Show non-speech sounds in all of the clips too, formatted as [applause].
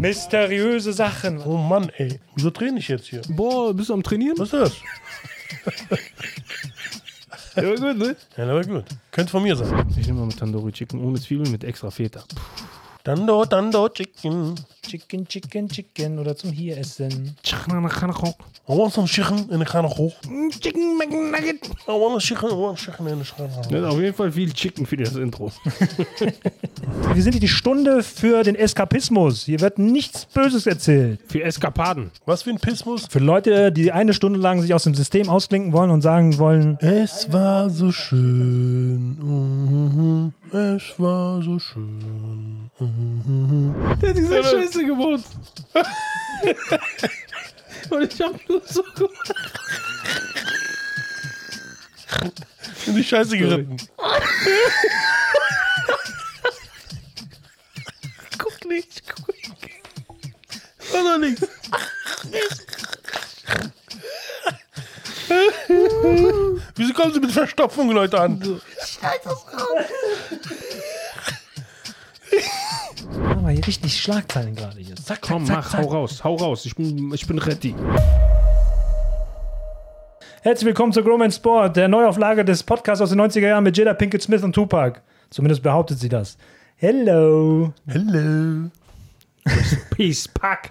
Mysteriöse Sachen. Oh Mann, ey. Wieso trainiere ich jetzt hier? Boah, bist du am Trainieren? Was ist das? Ja, gut, ne? Ja, aber gut. Könnte von mir sein. Ich nehme mal mit Tandoori Chicken ohne Zwiebeln mit extra Feta. Dando, Dando, Chicken. Chicken, Chicken, Chicken oder zum hier essen. I want some chicken in the can of hoch. Chicken McNugget. I want chicken, I want chicken in the can of hoch. Das ist auf jeden Fall viel Chicken für das Intro. Wir sind hier die Stunde für den Eskapismus. Hier wird nichts Böses erzählt. Für Eskapaden. Was für ein Pismus. Für Leute, die eine Stunde lang sich aus dem System ausklinken wollen und sagen wollen, Es war so schön. Mhm. Es war so schön. Der hat diese Scheiße gebaut. [laughs] Und ich hab nur so gemacht. In die Scheiße geritten. Guck nicht, guck nicht. War noch nichts. Wieso kommen Sie mit Verstopfung, Leute, an? aber hier richtig Schlagzeilen gerade hier. Zack, Komm, zack, mach, zack. hau raus, hau raus. Ich bin, ich bin ready. Herzlich willkommen zu Growman Sport, der Neuauflage des Podcasts aus den 90er Jahren mit Jada Pinkett Smith und Tupac. Zumindest behauptet sie das. Hello. Hello. Peace, pack.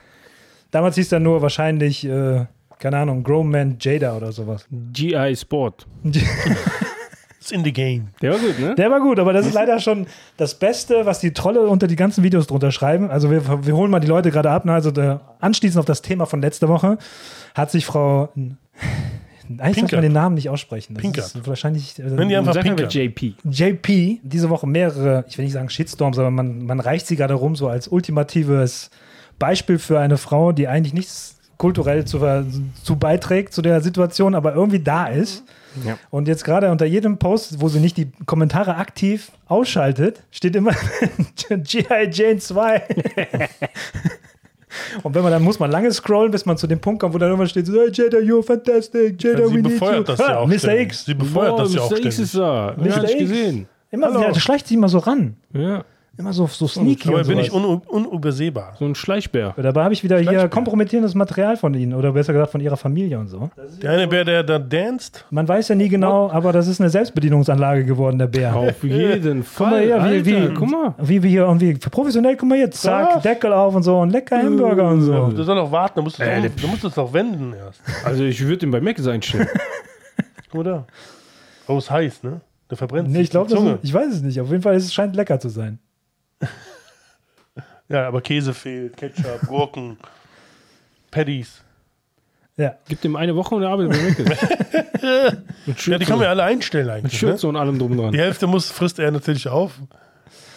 Damals hieß er nur wahrscheinlich, äh, keine Ahnung, Growman Jada oder sowas. GI Sport. It's in the game. Der war gut, ne? Der war gut, aber das ist leider schon das Beste, was die Trolle unter die ganzen Videos drunter schreiben. Also wir, wir holen mal die Leute gerade ab. ne? Also der, anschließend auf das Thema von letzter Woche hat sich Frau... Eigentlich darf man Pinkert. den Namen nicht aussprechen. Das Pinkert. ist wahrscheinlich... äh, Nenn die einfach Sag Pinker. einfach JP. JP diese Woche mehrere, ich will nicht sagen Shitstorms, aber man, man reicht sie gerade rum, so als ultimatives Beispiel für eine Frau, die eigentlich nichts kulturell zu, ver- zu beiträgt zu der Situation, aber irgendwie da ist. Ja. Und jetzt gerade unter jedem Post, wo sie nicht die Kommentare aktiv ausschaltet, steht immer [laughs] G.I. Jane [laughs] 2. Und wenn man dann muss man lange scrollen, bis man zu dem Punkt kommt, wo dann irgendwann steht, so, hey, Jada, you're fantastic, Jada, Sie we need you. befeuert das ja Ha, auch. Mr. ständig. Ah, X. Sie befeuert das ja Mr. auch. X ständig. ist da. Mr. Ja, hab ich X. gesehen. Immer, Hallo. ja, das schleicht sich immer so ran. Ja, Immer so, so sneaky. Dabei und bin ich sowas. un unübersehbar. so ein [laughs] Schleichbär. Dabei habe ich wieder hier Schleichbär. kompromittierendes Material von ihnen oder besser gesagt von ihrer Familie und so. Der eine Bär, der da danced, Man weiß ja nie genau, aber das ist eine Selbstbedienungsanlage geworden, der Bär. Auf jeden Guck Fall. mal hier, wie, Alter, wie, guck mal. wie wir hier irgendwie professionell, guck mal hier, zack, Ja. Deckel auf und so und lecker Hamburger und so. der soll noch warten, der muss das, Äh, um, der muss das noch wenden erst. Also ich würde ihn bei Mac einstellen. Oder? Oh, ist heiß, ne? Der verbrennt Nee, sich ich glaube, die das Zunge. ist- ich weiß es nicht. Auf jeden Fall es scheint lecker zu sein. Ja, aber Käse fehlt, [laughs] Ketchup, Gurken, Patties. Ja. Gib dem eine Woche und er arbeitet bei Mac. Mit Ja, die kann man ja ja alle einstellen eigentlich. Ne? Schürze und allem drum dran. Die Hälfte muss, frisst er natürlich auf.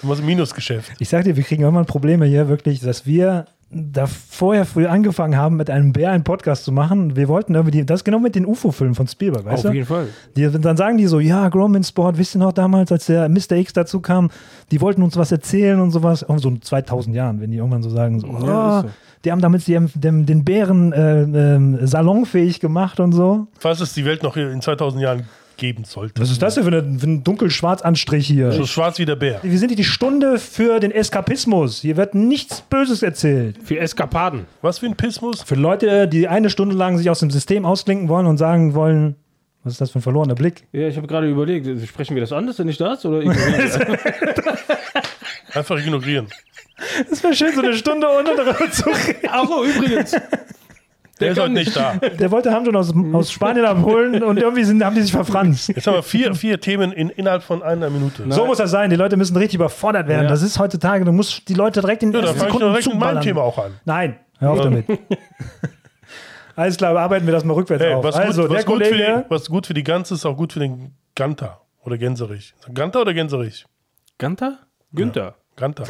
Immer so ein Minusgeschäft. Ich sag dir, wir kriegen irgendwann Probleme hier, wirklich, dass wir da vorher früh angefangen haben, mit einem Bär einen Podcast zu machen. Wir wollten irgendwie, die, das ist genau mit den UFO-Filmen von Spielberg, weißt Auf du? jeden Fall. Die, dann sagen die so, ja, Gromman Sport, wisst ihr noch damals, als der Mr. X dazu kam, die wollten uns was erzählen und sowas. Irgend so in 2000 Jahren, wenn die irgendwann so sagen, so, Ja, oh, ist so. die haben damit die, ähm, dem, den Bären äh, ähm, salonfähig gemacht und so. Falls es die Welt noch in 2000 Jahren geben sollte. Was ist das denn für, eine, für ein dunkelschwarzanstrich hier? So schwarz wie der Bär. Wir sind hier die Stunde für den Eskapismus. Hier wird nichts Böses erzählt. Für Eskapaden. Was für ein Pismus? Für Leute, die eine Stunde lang sich aus dem System ausklinken wollen und sagen wollen, was ist das für ein verlorener Blick? Ja, ich habe gerade überlegt, sprechen wir das an, dass er nicht da ist? Oder ignorieren wir Einfach ignorieren. Das wäre schön, so eine Stunde ohne darüber [laughs] zu reden. das? Achso, übrigens. Der ist kann heute nicht da. Der wollte Hamdun aus, Mhm. aus Spanien abholen und irgendwie sind, haben die sich verfranst. Jetzt haben wir vier, vier Themen in, innerhalb von einer Minute. So muss das sein. Die Leute müssen richtig überfordert werden. Ja. Das ist heutzutage. Du musst die Leute direkt in den Ja, da ersten fange ich doch Sekunden direkt mit meinem zuballern. Thema auch an. Nein, hör auf [laughs] damit. Alles klar, arbeiten wir das mal rückwärts Hey, auf. was, also, gut, der was, gut für Kollege, die, was gut für die Ganze ist auch gut für den Ganter oder Gänserich. Ganter oder Gänserich? Ganter? Günther. [laughs] Ganter.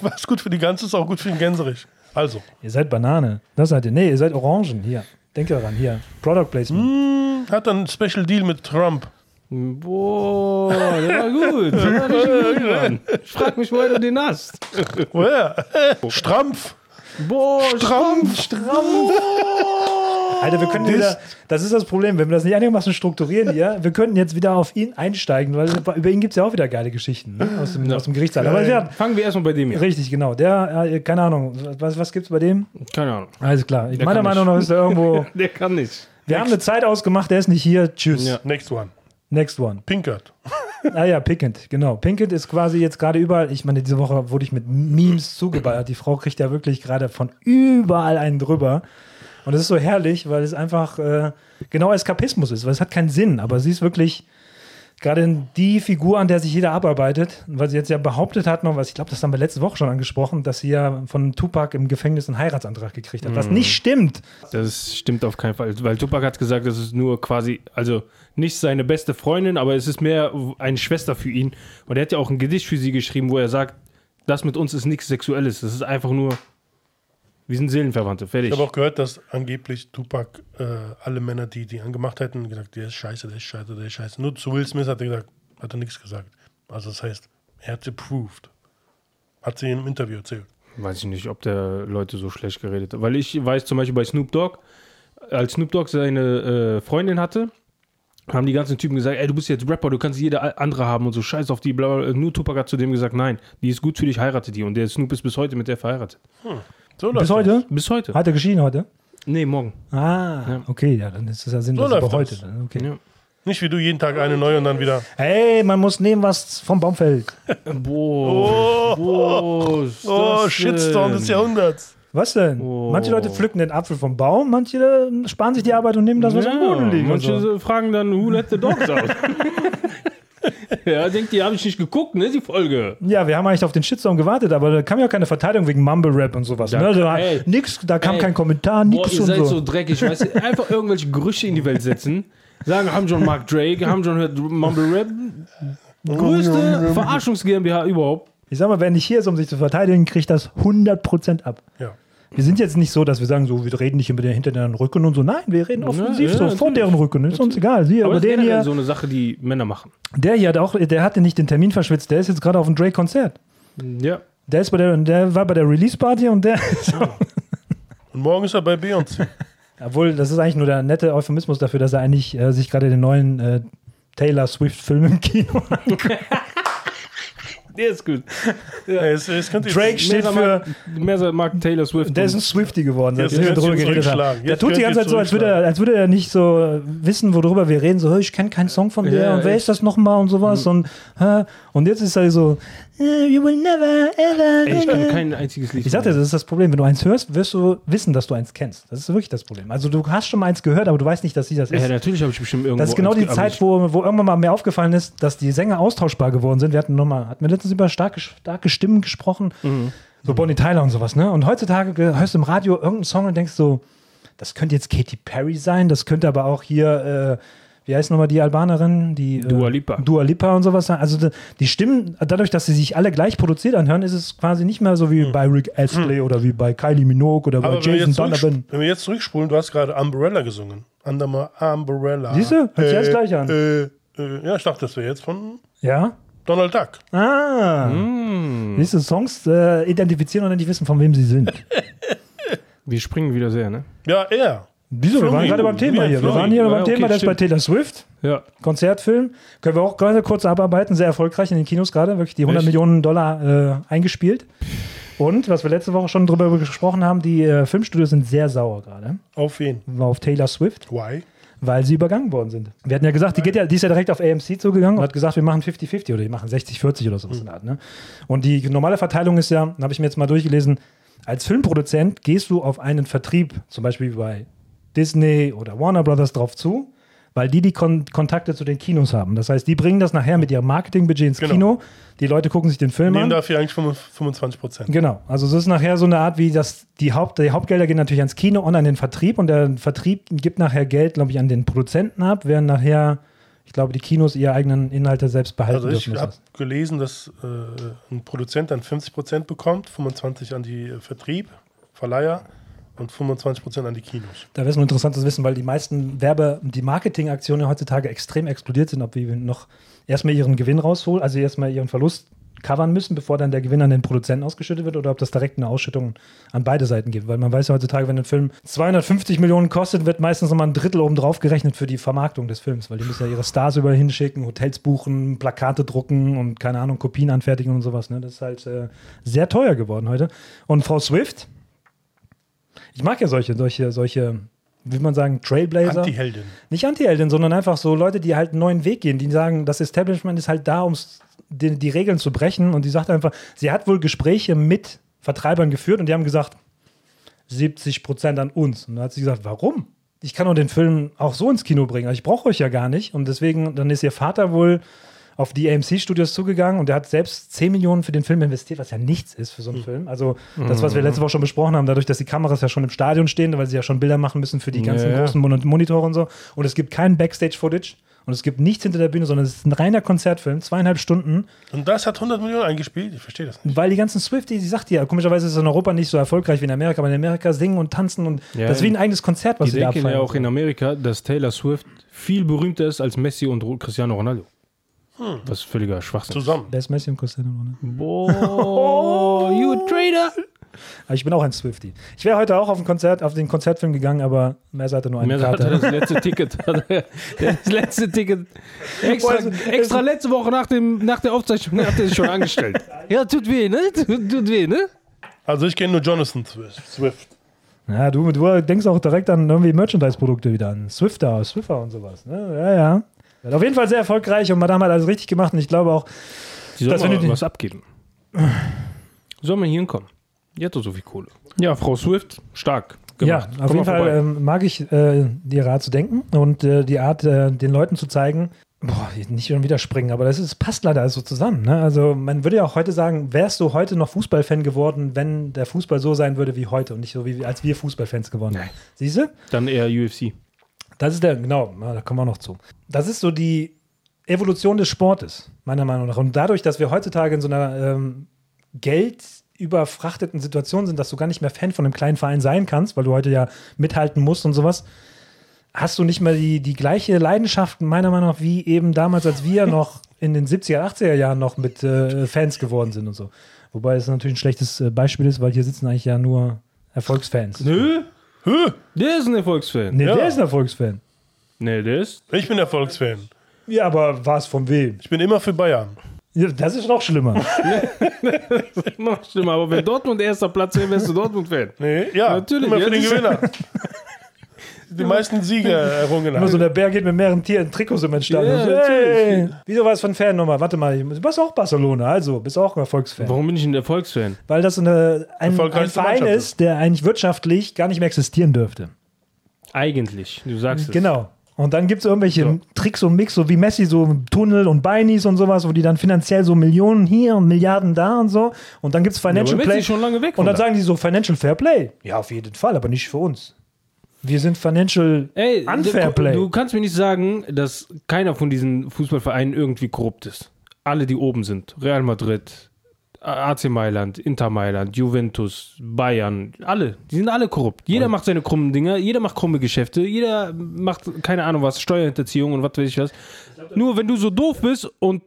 was gut für die Ganze ist auch gut für den Gänserich. Also, ihr seid Banane. Das seid ihr. Nee, ihr seid Orangen. Hier, denkt daran. Hier, Product Placement. Mm. hat dann einen Special Deal mit Trump. Boah, der war gut. Der war richtig gut Mann. Ich frag mich, woher du den hast. [laughs] Oh Wer? Strampf. Boah, Strampf. Strampf. Alter, wir können wieder, das ist das Problem, wenn wir das nicht einigermaßen strukturieren hier, wir könnten jetzt wieder auf ihn einsteigen, weil über ihn gibt es ja auch wieder geile Geschichten ne? aus, dem, aus dem Gerichtssaal. Aber wir, Fangen wir erstmal bei dem hier. richtig, genau. Der, äh, keine Ahnung, was, was gibt es bei dem? Keine Ahnung. Alles klar. Der Meiner kann Meinung nach ist er [laughs] irgendwo, Der kann nicht. wir haben eine Zeit ausgemacht, der ist nicht hier, tschüss. Ja. Next one. Next one. Pinkert. Ah ja, Pinkett, genau. Pinkett ist quasi jetzt gerade überall, ich meine, diese Woche wurde ich mit Memes zugeballert. Die Frau kriegt ja wirklich gerade von überall einen drüber. Und das ist so herrlich, weil es einfach äh, genau Eskapismus ist, weil es hat keinen Sinn, aber sie ist wirklich gerade die Figur, an der sich jeder abarbeitet, Und weil sie jetzt ja behauptet hat, noch was, ich glaube, das haben wir letzte Woche schon angesprochen, dass sie ja von Tupac im Gefängnis einen Heiratsantrag gekriegt hat, was Mhm. nicht stimmt. Das stimmt auf keinen Fall, weil Tupac hat gesagt, das ist nur quasi, also nicht seine beste Freundin, aber es ist mehr eine Schwester für ihn. Und er hat ja auch ein Gedicht für sie geschrieben, wo er sagt, das mit uns ist nichts Sexuelles, das ist einfach nur, wir sind Seelenverwandte, fertig. Ich habe auch gehört, dass angeblich Tupac äh, alle Männer, die die angemacht hätten, gesagt, der ist scheiße, der ist scheiße, der ist scheiße. Nur zu Will Smith hat er gesagt, hat er nichts gesagt. Also das heißt, er hat approved. Hat sie in einem Interview erzählt. Weiß ich nicht, ob der Leute so schlecht geredet hat. Weil ich weiß zum Beispiel bei Snoop Dogg, als Snoop Dogg seine äh, Freundin hatte, haben die ganzen Typen gesagt, ey, du bist jetzt Rapper, du kannst jede a- andere haben und so, scheiß auf die, bla, bla. Nur Tupac hat zu dem gesagt, nein, die ist gut für dich, heirate die. Und der Snoop ist bis heute mit der verheiratet. So läuft Bis heute? Bis heute. Hat er geschieden heute? Nee, morgen. Ah, okay, ja, dann ist es ja sinnlos, So aber läuft heute. das. dann, Okay. Ja. das. Nicht wie du jeden Tag eine neue und dann wieder. Hey, man muss nehmen, was vom Baum fällt. Boah. Boah, Oh, Shitstorm des Jahrhunderts. Was denn? Oh. Manche Leute pflücken den Apfel vom Baum, manche äh, sparen sich die Arbeit und nehmen das, was am Boden liegt. Also. und Manche so. fragen dann, who let the dogs out? [laughs] ja, denkt ihr, habe ich nicht geguckt, ne, die Folge. Ja, wir haben eigentlich auf den Shitstorm gewartet, aber da kam ja keine Verteidigung wegen Mumble Rap und sowas. Da- ne? da, ey. nix, da kam Ey. kein Kommentar, Boah, nix ihr seid und so. so. dreckig, weißt du? Einfach irgendwelche Gerüche in die Welt setzen. Sagen, haben schon Mark Drake, haben schon hört Mumble Rap. Größte Verarschungs GmbH überhaupt. Ich sag mal, wer nicht hier ist, um sich zu verteidigen, kriegt das 100% ab. Ja. Wir sind jetzt nicht so, dass wir sagen, so, wir reden nicht über den hinter deren Rücken und so. Nein, wir reden offensiv ja, so, vor natürlich. deren Rücken. Ist uns egal. Sie, aber, das ist den generell hier, so eine Sache, die Männer machen. der hier hat auch, der hatte nicht den Termin verschwitzt, der ist jetzt gerade auf dem Drake-Konzert. Ja. Der, ist bei der, der war bei der Release-Party und der [laughs] ist auch Und morgen ist er [laughs] bei Beyoncé. Obwohl, das ist eigentlich nur der nette Euphemismus dafür, dass er eigentlich äh, sich gerade den neuen äh, Taylor Swift-Film im Kino hat. Der ist gut. es, es könnte jetzt- Drake steht Mehr für. mag, mehr mag Taylor Swift. Der ist ein Swifty geworden, Jetzt seitdem wir könnt darüber ihr geredet haben. zurückschlagen. Der Jetzt tut die könnt ganze ihr Zeit so, als würde, er, zurückschlagen. als würde er nicht so äh, wissen, worüber wir reden. So, "Hey, ich kenne keinen Song von der Ja, und wer ich- ist das nochmal und sowas. Und, hä? und jetzt ist er so. "Eh, You will never, ever. Ey, ich kann kein einziges Lied. Ich sagte, das ist das Problem. Wenn du eins hörst, wirst du wissen, dass du eins kennst. Das ist wirklich das Problem. Also, du hast schon mal eins gehört, aber du weißt nicht, dass sie das ist. ja, natürlich habe ich bestimmt irgendwo. Das ist genau die aber Zeit, ich- wo, wo irgendwann mal mir aufgefallen ist, dass die Sänger austauschbar geworden sind. Wir hatten nochmal, hatten wir letztens über starke, starke Stimmen gesprochen. So Bonnie Tyler und sowas, ne? Und heutzutage ge- hörst du im Radio irgendeinen Song und denkst so, das könnte jetzt Katy Perry sein, das könnte aber auch hier, äh, wie heißt nochmal die Albanerin? Die, äh, Dua Lipa. Dua Lipa und sowas sein. Also d- die Stimmen, dadurch, dass sie sich alle gleich produziert anhören, ist es quasi nicht mehr so wie bei Rick Astley oder wie bei Kylie Minogue oder bei Aber wenn wir, Jason jetzt zurücksp- Donovan. wenn wir jetzt zurückspulen, du hast gerade Umbrella gesungen. Andermal Umbrella. Siehst du? Hört sich alles gleich an. Äh, äh, ja, ich dachte, das wäre jetzt von Ja? Donald Duck. Ah. Hm. Nächste Songs äh, identifizieren und dann nicht wissen, von wem sie [laughs] sind. Wir springen wieder sehr, ne? Ja, er. Wieso? Wir waren Florian, gerade beim Thema Florian, hier. Wir Florian. waren hier Ja, beim okay, Thema, das ist bei stimmt. Taylor Swift. Ja. Konzertfilm. Können wir auch gerade kurz abarbeiten. Sehr erfolgreich in den Kinos gerade. Wirklich die 100 Echt? Millionen Dollar äh, eingespielt. Und, was wir letzte Woche schon drüber gesprochen haben, die äh, Filmstudios sind sehr sauer gerade Auf wen? auf Taylor Swift, Why? weil sie übergangen worden sind. Wir hatten ja gesagt, die, geht ja, die ist ja direkt auf AMC zugegangen und hat gesagt, wir machen 50-50 oder die machen 60-40 oder Hm. sowas in der Art. Ne? Und die normale Verteilung ist ja, habe ich mir jetzt mal durchgelesen, als Filmproduzent gehst du auf einen Vertrieb, zum Beispiel bei Disney oder Warner Brothers drauf zu, weil die die Kon Kontakte zu den Kinos haben. Das heißt, die bringen das nachher mit ihrem Marketingbudget ins Genau. Kino. Die Leute gucken sich den Film Nehmen an. dafür eigentlich 25 Prozent. Genau, also es ist nachher so eine Art wie das, die, Haupt, die Hauptgelder gehen natürlich ans Kino und an den Vertrieb und der Vertrieb gibt nachher Geld, glaube ich, an den Produzenten ab, während nachher, ich glaube, die Kinos ihre eigenen Inhalte selbst behalten Also ich dürfen. habe gelesen, dass äh, ein Produzent dann 50 Prozent bekommt, 25 an die äh, Vertrieb, Verleiher und 25 Prozent an die Kinos. Da wäre es nur interessant zu wissen, weil die meisten Werbe- und die Marketingaktionen heutzutage extrem explodiert sind, ob wir noch erstmal ihren Gewinn rausholen, also erstmal ihren Verlust covern müssen, bevor dann der Gewinn an den Produzenten ausgeschüttet wird oder ob das direkt eine Ausschüttung an beide Seiten gibt. Weil man weiß ja heutzutage, wenn ein Film 250 Millionen kostet, wird meistens nochmal ein Drittel obendrauf gerechnet für die Vermarktung des Films, weil die müssen ja ihre Stars überall hinschicken, Hotels buchen, Plakate drucken und keine Ahnung, Kopien anfertigen und sowas. Ne? Das ist halt äh, sehr teuer geworden heute. Und Frau Swift, ich mag ja solche, solche, solche, wie man sagen, Trailblazer. Anti-Heldin. Nicht Anti-Heldin, sondern einfach so Leute, die halt einen neuen Weg gehen, die sagen, das Establishment ist halt da, um die, die Regeln zu brechen. Und die sagt einfach, sie hat wohl Gespräche mit Vertreibern geführt und die haben gesagt, 70 Prozent an uns. Und dann hat sie gesagt, warum? Ich kann doch den Film auch so ins Kino bringen. Also ich brauche euch ja gar nicht. Und deswegen, dann ist ihr Vater wohl auf die AMC-Studios zugegangen und der hat selbst 10 Millionen für den Film investiert, was ja nichts ist für so einen Film. Also das, was wir letzte Woche schon besprochen haben, dadurch, dass die Kameras ja schon im Stadion stehen, weil sie ja schon Bilder machen müssen für die ganzen Ja, ja. großen Mon Monitore und so. Und es gibt kein Backstage-Footage und es gibt nichts hinter der Bühne, sondern es ist ein reiner Konzertfilm, zweieinhalb Stunden, Und das hat 100 Millionen eingespielt. Ich verstehe das nicht. weil die ganzen Swifties, die sagt ja, komischerweise ist es in Europa nicht so erfolgreich wie in Amerika, aber in Amerika singen und tanzen und Ja, das ist wie ein eigenes Konzert, was Die sie da denken abfeiern. ja auch in Amerika, dass Taylor Swift viel berühmter ist als Messi und Ro- Cristiano Ronaldo. Was völliger Schwachsinn. ist. Zusammen. Wer ist Messi und Cristiano Ronaldo? [laughs] Boah, you a traitor! Aber ich bin auch ein Swifty. Ich wäre heute auch auf, ein Konzert, auf den Konzertfilm gegangen, aber Mercer hatte nur eine Mehr hat Karte. er das [laughs] letzte Ticket. Hat er- Das letzte Ticket. Extra, extra letzte Woche nach, dem, nach der Aufzeichnung hat er sich schon angestellt. Ja, tut weh, ne? Tut, tut weh, ne? Also ich kenne nur Jonathan Swift. Swift. Ja, du, du denkst auch direkt an irgendwie Merchandise-Produkte wieder an. Swifter, Swiffer und sowas. Ne? Ja, ja. Hat Auf jeden Fall sehr erfolgreich und Madame hat alles richtig gemacht und ich glaube auch, Sie soll Das findet mal ihr- was abgeben. Soll mal hier hinkommen. Die hat doch so viel Kohle. Ja, Frau Swift, stark. Gemacht. ja, auf Komm mal jeden Fall vorbei. ähm, mag ich äh, ihre Art zu denken und äh, die Art, äh, den Leuten zu zeigen, boah, nicht schon wieder springen, aber das ist, passt leider alles so zusammen. Ne? Also man würde ja auch heute sagen, wärst du heute noch Fußballfan geworden, wenn der Fußball so sein würde wie heute und nicht so, wie als wir Fußballfans geworden wären. Siehst du? Dann eher UFC. Das ist der, genau, na, da kommen wir noch zu. Das ist so die Evolution des Sportes, meiner Meinung nach. Und dadurch, dass wir heutzutage in so einer ähm, geldüberfrachteten Situation sind, dass du gar nicht mehr Fan von einem kleinen Verein sein kannst, weil du heute ja mithalten musst und sowas, hast du nicht mehr die, die gleiche Leidenschaft, meiner Meinung nach, wie eben damals, als wir noch in den 70er, 80er Jahren noch mit äh, Fans geworden sind und so. Wobei es natürlich ein schlechtes äh, Beispiel ist, weil hier sitzen eigentlich ja nur Erfolgsfans. Nee, Nö? Hö? Der ist ein Erfolgsfan. ja. der ist ein Erfolgsfan. Nee, der [laughs] ist. Ich bin Erfolgsfan. Ja, aber was von wem? Ich bin immer für Bayern. Ja, das ist noch schlimmer. Immer noch schlimmer, aber [laughs] wenn Dortmund erster Platz wäre, wärst du Dortmund-Fan. Nee, ja, Natürlich, immer für ja, den das ist- Gewinner. [laughs] Die meisten Sieger errungen Immer so hat. der Bär geht mit mehreren Tieren Trikots im Entstanden. Ja, so, hey, wieso war es von Fan nochmal? Warte mal, du bist auch Barcelona, also bist auch ein Erfolgsfan. Warum bin ich ein Erfolgsfan? Weil das eine, ein, ein Erfolgreichste Verein Mannschaft ist, der eigentlich wirtschaftlich gar nicht mehr existieren dürfte. Eigentlich. Du sagst es. Genau. Und dann gibt es irgendwelche So. Tricks und Mix, so wie Messi, so Tunnel und Beinis und sowas, wo die dann finanziell so Millionen hier und Milliarden da und so. Und dann gibt es Financial aber Messi Play. ist schon lange weg und von dann da. sagen die so Financial Fair Play. Ja, auf jeden Fall, aber nicht für uns. Wir sind Financial Ey, Unfair du, Play. du kannst mir nicht sagen, dass keiner von diesen Fußballvereinen irgendwie korrupt ist. Alle, die oben sind. Real Madrid, A- AC Mailand, Inter Mailand, Juventus, Bayern, alle. Die sind alle korrupt. Jeder macht seine krummen Dinger, jeder macht krumme Geschäfte, jeder macht, keine Ahnung was, Steuerhinterziehung und was weiß ich was. Nur wenn du so doof bist und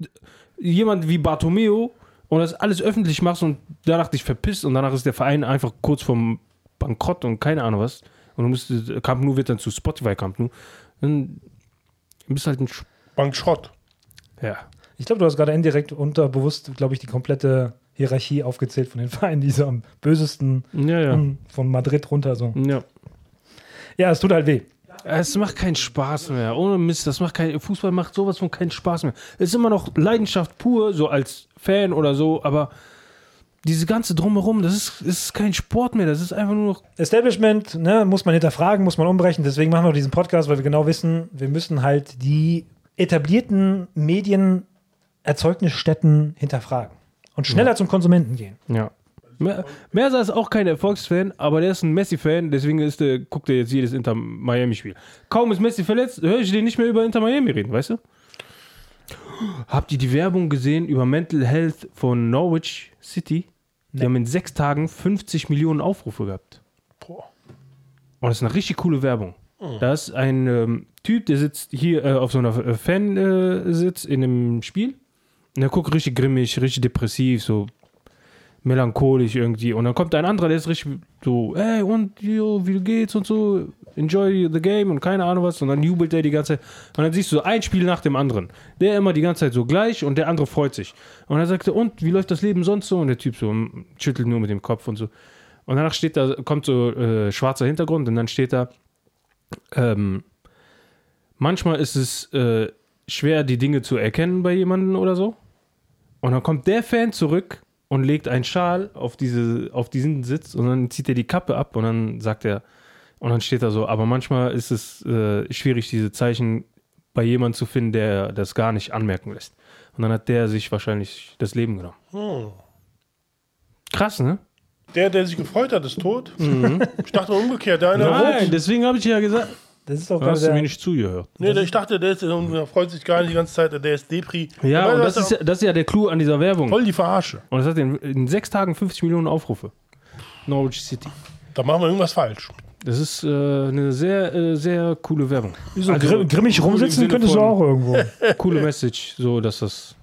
jemand wie Bartomeo und das alles öffentlich machst und danach dich verpisst und danach ist der Verein einfach kurz vorm Bankrott und keine Ahnung was und du musst, Camp Nou wird dann zu Spotify Camp Nou, dann bist du halt ein Sch Bankschrott. ja. Ich glaube, du hast gerade indirekt unterbewusst, glaube ich, die komplette Hierarchie aufgezählt von den [laughs] Vereinen, die so am bösesten Ja, ja. hm, von Madrid runter so. ja. Ja, es tut halt weh. Es macht keinen Spaß mehr. Ohne Mist, das macht kein, Fußball macht sowas von keinen Spaß mehr. Es ist immer noch Leidenschaft pur, so als Fan oder so, aber diese ganze Drumherum, das ist, ist kein Sport mehr. Das ist einfach nur noch. Establishment, ne, muss man hinterfragen, muss man umbrechen. Deswegen machen wir diesen Podcast, weil wir genau wissen, wir müssen halt die etablierten Medien Erzeugnisstätten hinterfragen und schneller zum Konsumenten gehen. Ja. Mer- Merser ist auch kein Erfolgsfan, aber der ist ein Messi-Fan, deswegen ist der, guckt er jetzt jedes Inter-Miami-Spiel. Kaum ist Messi verletzt, höre ich den nicht mehr über Inter-Miami reden, weißt du? Habt ihr die Werbung gesehen über Mental Health von Norwich City? Die haben in sechs Tagen 50 Millionen Aufrufe gehabt. Boah. Und Oh, das ist eine richtig coole Werbung. Da ist ein ähm, Typ, der sitzt hier äh, auf so einer äh, Fan-Sitz in äh, einem Spiel Na, guck, richtig grimmig, richtig depressiv, so melancholisch irgendwie. Und dann kommt ein anderer, der ist richtig so, hey, und jo, wie geht's und so, enjoy the game und keine Ahnung was. Und dann jubelt der die ganze Zeit. Und dann siehst du so ein Spiel nach dem anderen. Der immer die ganze Zeit so gleich und der andere freut sich. Und dann sagt er, und wie läuft das Leben sonst so? Und der Typ so mm, schüttelt nur mit dem Kopf und so. Und danach steht da, kommt so äh, schwarzer Hintergrund und dann steht da, ähm, manchmal ist es äh, schwer, die Dinge zu erkennen bei jemandem oder so. Und dann kommt der Fan zurück und legt einen Schal auf, diese, auf diesen Sitz und dann zieht er die Kappe ab und dann sagt er, und dann steht da so, aber manchmal ist es äh, schwierig, diese Zeichen bei jemandem zu finden, der das gar nicht anmerken lässt. Und dann hat der sich wahrscheinlich das Leben genommen. Hm. Krass, ne? Der, der sich gefreut hat, ist tot. Mhm. Ich dachte umgekehrt, der eine Nein, deswegen habe ich ja gesagt, Das ist doch hast du mir gerade der, nicht zugehört. Nee, der- ich dachte, der ist, der freut sich gar nicht die ganze Zeit, der ist Depri. Ja, Aber und das der ist ja, das ist ja der Clou an dieser Werbung. oh, voll die Verarsche. Und das hat in, in sechs Tagen 50 Millionen Aufrufe. Norwich City. Da machen wir irgendwas falsch. Das ist äh, eine sehr, äh, sehr coole Werbung. so also, grimm- grimmig cool im rumsitzen Sinne könntest du von- auch irgendwo. Coole Message, so dass das.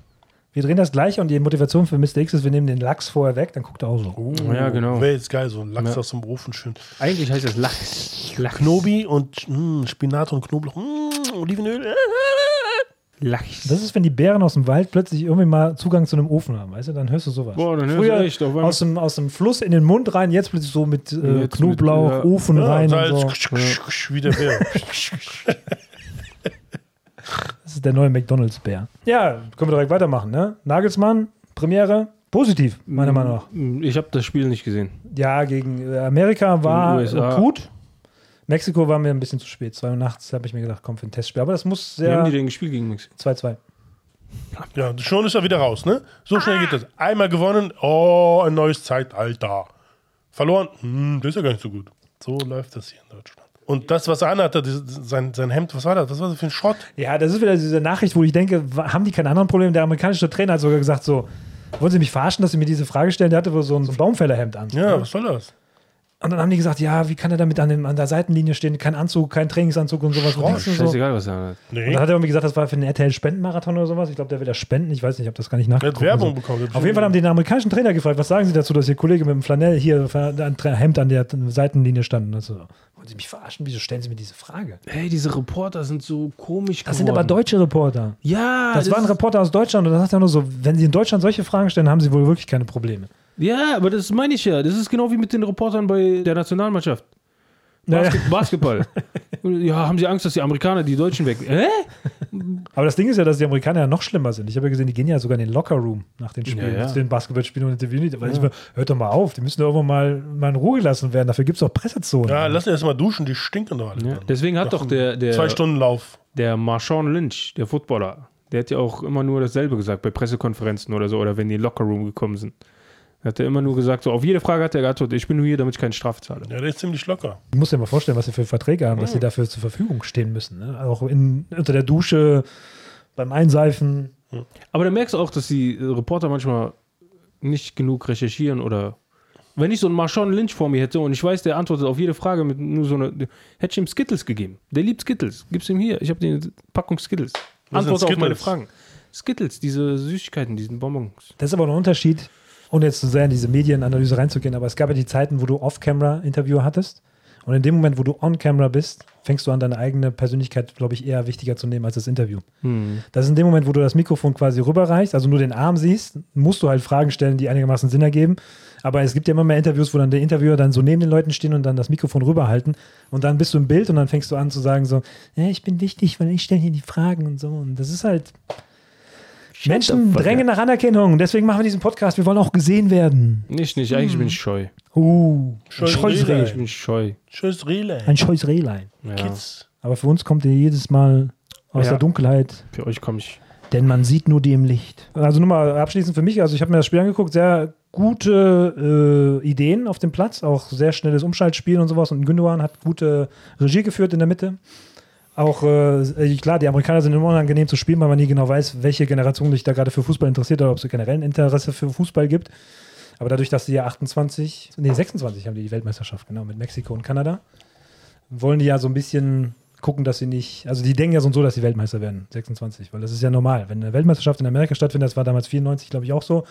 Wir drehen das gleich und die Motivation für Mr. X ist, wir nehmen den Lachs vorher weg, dann guckt er auch so. ja, genau. Wäre Oh, jetzt geil, so ein Lachs Ja. aus dem Ofen schön. Eigentlich heißt das Lachs. Lachs. Knobi und mh, Spinat und Knoblauch, mh, Olivenöl. äh. Lachs. Das ist, wenn die Bären aus dem Wald plötzlich irgendwie mal Zugang zu einem Ofen haben, weißt du? Dann hörst du sowas. Boah, dann hörst du Früher echt auf einmal. aus dem, aus dem Fluss in den Mund rein, jetzt plötzlich so mit äh, Jetzt Knoblauch, mit, ja. Ofen Ja, rein und Salz, so. ksch, ksch, ksch, wie der Bär. Das ist der neue McDonalds-Bär. Ja, können wir direkt weitermachen, ne? Nagelsmann, Premiere, positiv, meiner Mhm. Meinung nach. Hm, Ich habe das Spiel nicht gesehen. Ja, gegen äh, Amerika war Gegen USA. gut. Mexiko war mir ein bisschen zu spät. 2 Uhr nachts habe ich mir gedacht, komm für ein Testspiel. Aber das muss Wie haben die sehr. denn gespielt gegen Mexiko? 2-2. [laughs] ja, schon ist er wieder raus, ne? So schnell geht das. Einmal gewonnen, oh, ein neues Zeitalter. Verloren, hm, das ist ja gar nicht so gut. So läuft das hier in Deutschland. Und das, was er anhatte, dieses- sein, sein Hemd, was war das? Was war das für ein Schrott? Ja, das ist wieder diese Nachricht, wo ich denke, wa- haben die keine anderen Probleme? Der amerikanische Trainer hat sogar gesagt, so, wollen Sie mich verarschen, dass Sie mir diese Frage stellen? Der hatte wohl so ein, so ein Baumfällerhemd an. Ja, was soll das? Und dann haben die gesagt, ja, wie kann er damit an, den, an der Seitenlinie stehen? Kein Anzug, kein Trainingsanzug und sowas. Schrott, Was denkst du so? Scheißegal, was er hat. Und Nee, dann hat er irgendwie gesagt, das war für den RTL-Spendenmarathon oder sowas. Ich glaube, der will das spenden. Ich weiß nicht, ich habe das gar nicht er hat nachgeguckt. Werbung bekommen. Auf jeden Fall haben die den amerikanischen Trainer gefragt, was sagen Sie dazu, dass Ihr Kollege mit dem Flanell hier ein Hemd an der Seitenlinie stand? Und so, wollen Sie mich verarschen? Wieso stellen Sie mir diese Frage? Hey, diese Reporter sind so komisch Das geworden. sind aber deutsche Reporter. Ja, Das, war ein Ah, ist- Reporter aus Deutschland und dann sagt er nur so, wenn Sie in Deutschland solche Fragen stellen, haben Sie wohl wirklich keine Probleme. Ja, aber das meine ich ja. Das ist genau wie mit den Reportern bei der Nationalmannschaft. Naja. Basket [laughs] Basketball. ja, haben sie Angst, dass die Amerikaner die Deutschen weg. Hä? Aber das Ding ist ja, dass die Amerikaner ja noch schlimmer sind. Ich habe ja gesehen, die gehen ja sogar in den Lockerroom nach den Spielen, Ja, ja. zu den Basketballspielen und interviewen die. Weil ich mir, hört doch mal auf, die müssen doch irgendwann mal, mal in Ruhe gelassen werden. Dafür gibt es auch Pressezonen. Ja, lass ihn erst mal duschen, die stinken doch alle. Ja, dann. deswegen hat doch der, Zwei der, Stunden Lauf. der Marshawn Lynch, der Footballer, der hat ja auch immer nur dasselbe gesagt bei Pressekonferenzen oder so oder wenn die in den Lockerroom gekommen sind. Hat er immer nur gesagt, so auf jede Frage hat er geantwortet, ich bin nur hier, damit ich keine Strafe zahle. Ja, der ist ziemlich locker. Du musst dir mal vorstellen, was sie für Verträge haben, dass sie dafür zur Verfügung stehen müssen. Ne? Auch in, unter der Dusche, beim Einseifen. Aber da merkst du auch, dass die äh, Reporter manchmal nicht genug recherchieren oder. Wenn ich so einen Marshawn Lynch vor mir hätte und ich weiß, der antwortet auf jede Frage mit nur so einer. Hätte ich ihm Skittles gegeben. Der liebt Skittles. Gib's ihm hier. Ich habe die Packung Skittles. Was sind Antwort auf meine Skittles? Fragen. Skittles, diese Süßigkeiten, diesen Bonbons. Das ist aber noch ein Unterschied, ohne jetzt zu sehr in diese Medienanalyse reinzugehen, aber es gab ja die Zeiten, wo du Off-Camera-Interview hattest. Und in dem Moment, wo du on-Camera bist, fängst du an, deine eigene Persönlichkeit, glaube ich, eher wichtiger zu nehmen als das Interview. Das ist in dem Moment, wo du das Mikrofon quasi rüberreichst, also nur den Arm siehst, musst du halt Fragen stellen, die einigermaßen Sinn ergeben. Aber es gibt ja immer mehr Interviews, wo dann der Interviewer dann so neben den Leuten stehen und dann das Mikrofon rüberhalten. Und dann bist du im Bild und dann fängst du an zu sagen so, ja, ich bin wichtig, weil ich stelle hier die Fragen und so. Und das ist halt, Menschen drängen nach Anerkennung. Deswegen machen wir diesen Podcast. Wir wollen auch gesehen werden. Nicht, nicht. Eigentlich Hm. bin ich scheu. Uh, ein Scheues scheues Rehlein. Reh. Ich bin scheu. Tschüss, Relay. Ein scheues Rehlein. Ja. Kids. Aber für uns kommt ihr jedes Mal aus Ja. der Dunkelheit, Für euch komme ich. denn man sieht nur die im Licht. Also nochmal abschließend für mich. Also ich habe mir das Spiel angeguckt. Sehr gute äh, Ideen auf dem Platz. Auch sehr schnelles Umschaltspiel und sowas. Und Gündogan hat gute Regie geführt in der Mitte. Auch äh, klar, die Amerikaner sind immer unangenehm zu spielen, weil man nie genau weiß, welche Generation sich da gerade für Fußball interessiert oder ob es generell ein Interesse für Fußball gibt. Aber dadurch, dass sie ja 28, nee, 26 haben die die Weltmeisterschaft, genau, mit Mexiko und Kanada, wollen die ja so ein bisschen gucken, dass sie nicht, also die denken ja so und so, dass sie Weltmeister werden, 26, weil das ist ja normal. Wenn eine Weltmeisterschaft in Amerika stattfindet, das war damals 94, glaube ich, auch so,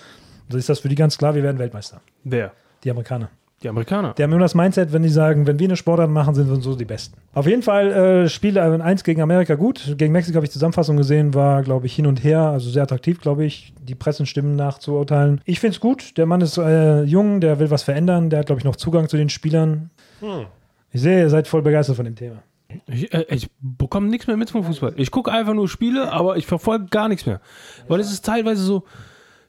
dann ist das für die ganz klar, wir werden Weltmeister, Wer? die Amerikaner. Die Amerikaner. Die haben immer das Mindset, wenn die sagen, wenn wir eine Sportart machen, sind wir so die Besten. Auf jeden Fall äh, Spiele 1 gegen Amerika gut. Gegen Mexiko habe ich Zusammenfassung gesehen, war, glaube ich, hin und her. Also sehr attraktiv, glaube ich, die Pressenstimmen nachzuurteilen. Ich finde es gut. Der Mann ist äh, jung, der will was verändern. Der hat, glaube ich, noch Zugang zu den Spielern. Hm. Ich sehe, ihr seid voll begeistert von dem Thema. Ich, äh, ich bekomme nichts mehr mit vom Fußball. Ich gucke einfach nur Spiele, aber ich verfolge gar nichts mehr. Weil es ist teilweise so,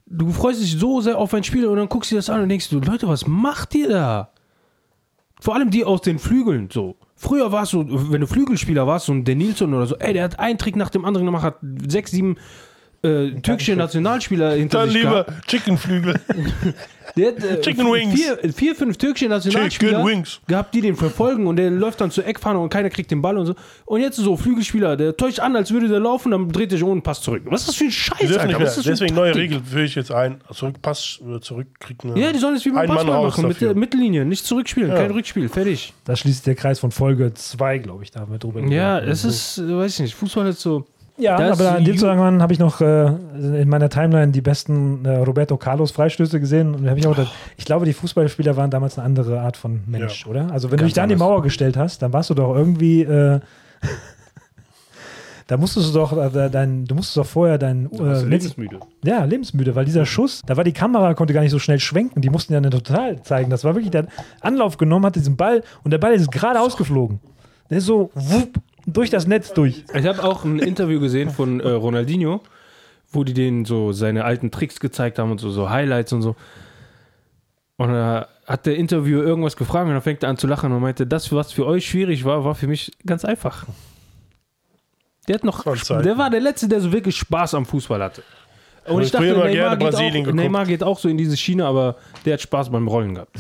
du freust dich so sehr auf ein Spiel und dann guckst du dir das an und denkst du, Leute, was macht ihr da? Vor allem die aus den Flügeln so. Früher war es so, wenn du Flügelspieler warst, so ein Denilson oder so, ey, der hat einen Trick nach dem anderen gemacht, hat sechs, sieben äh, türkische Nationalspieler hinter Dann sich lieber gehabt. [laughs] Chickenflügel. Der hat, äh, Chicken Wings. Vier, vier, fünf türkische Nationalspieler Chicken Wings. gehabt, die den verfolgen und der läuft dann zur Eckfahne und keiner kriegt den Ball und so. Und jetzt so Flügelspieler, der täuscht an, als würde der laufen, dann dreht er sich ohne Pass zurück. Was ist das für ein Die Scheiß, dürfen Alter? nicht Was mehr. ist das für eine Deswegen neue Taktik? Regel führe ich jetzt ein. Zurück, Pass, äh, zurück kriegen. Ja, die sollen es wie beim Ein Mann Passball raus machen, mit dafür. der Mittellinie, nicht zurückspielen, kein Rückspiel, fertig. Da schließt der Kreis von Folge 2, glaube ich, da haben wir drüber Also, Ja, gesprochen. es ist, äh, weiß ich nicht, Fußball ist so. Ja, Das aber in dem Ju- Zusammenhang habe ich noch äh, in meiner Timeline die besten äh, Roberto Carlos Freistöße gesehen. Und da hab ich, auch gedacht, ich glaube, die Fußballspieler waren damals eine andere Art von Mensch, Ja. oder? Also wenn du Ganz dich da an die anders. Mauer gestellt hast, dann warst du doch irgendwie, äh, [laughs] da musstest du doch äh, dein, du musstest doch vorher dein äh, Netz- ja, lebensmüde, weil Mhm. dieser Schuss, da war die Kamera, konnte gar nicht so schnell schwenken, die mussten ja eine total zeigen. Das war wirklich, der hat Anlauf genommen, hat diesen Ball und der Ball ist gerade ausgeflogen. Der ist so wupp, durch das Netz durch. Ich habe auch ein Interview gesehen von äh, Ronaldinho, wo die denen so seine alten Tricks gezeigt haben und so, so Highlights und so. Und da hat der Interviewer irgendwas gefragt und dann fängt er an zu lachen und meinte, das, was für euch schwierig war, war für mich ganz einfach. Der hat noch, Von Zeiten. der war der Letzte, der so wirklich Spaß am Fußball hatte. Und hab ich dachte, früher immer Neymar gerne geht, Brasilien auch, geguckt. Neymar geht auch so in diese Schiene, aber der hat Spaß beim Rollen gehabt.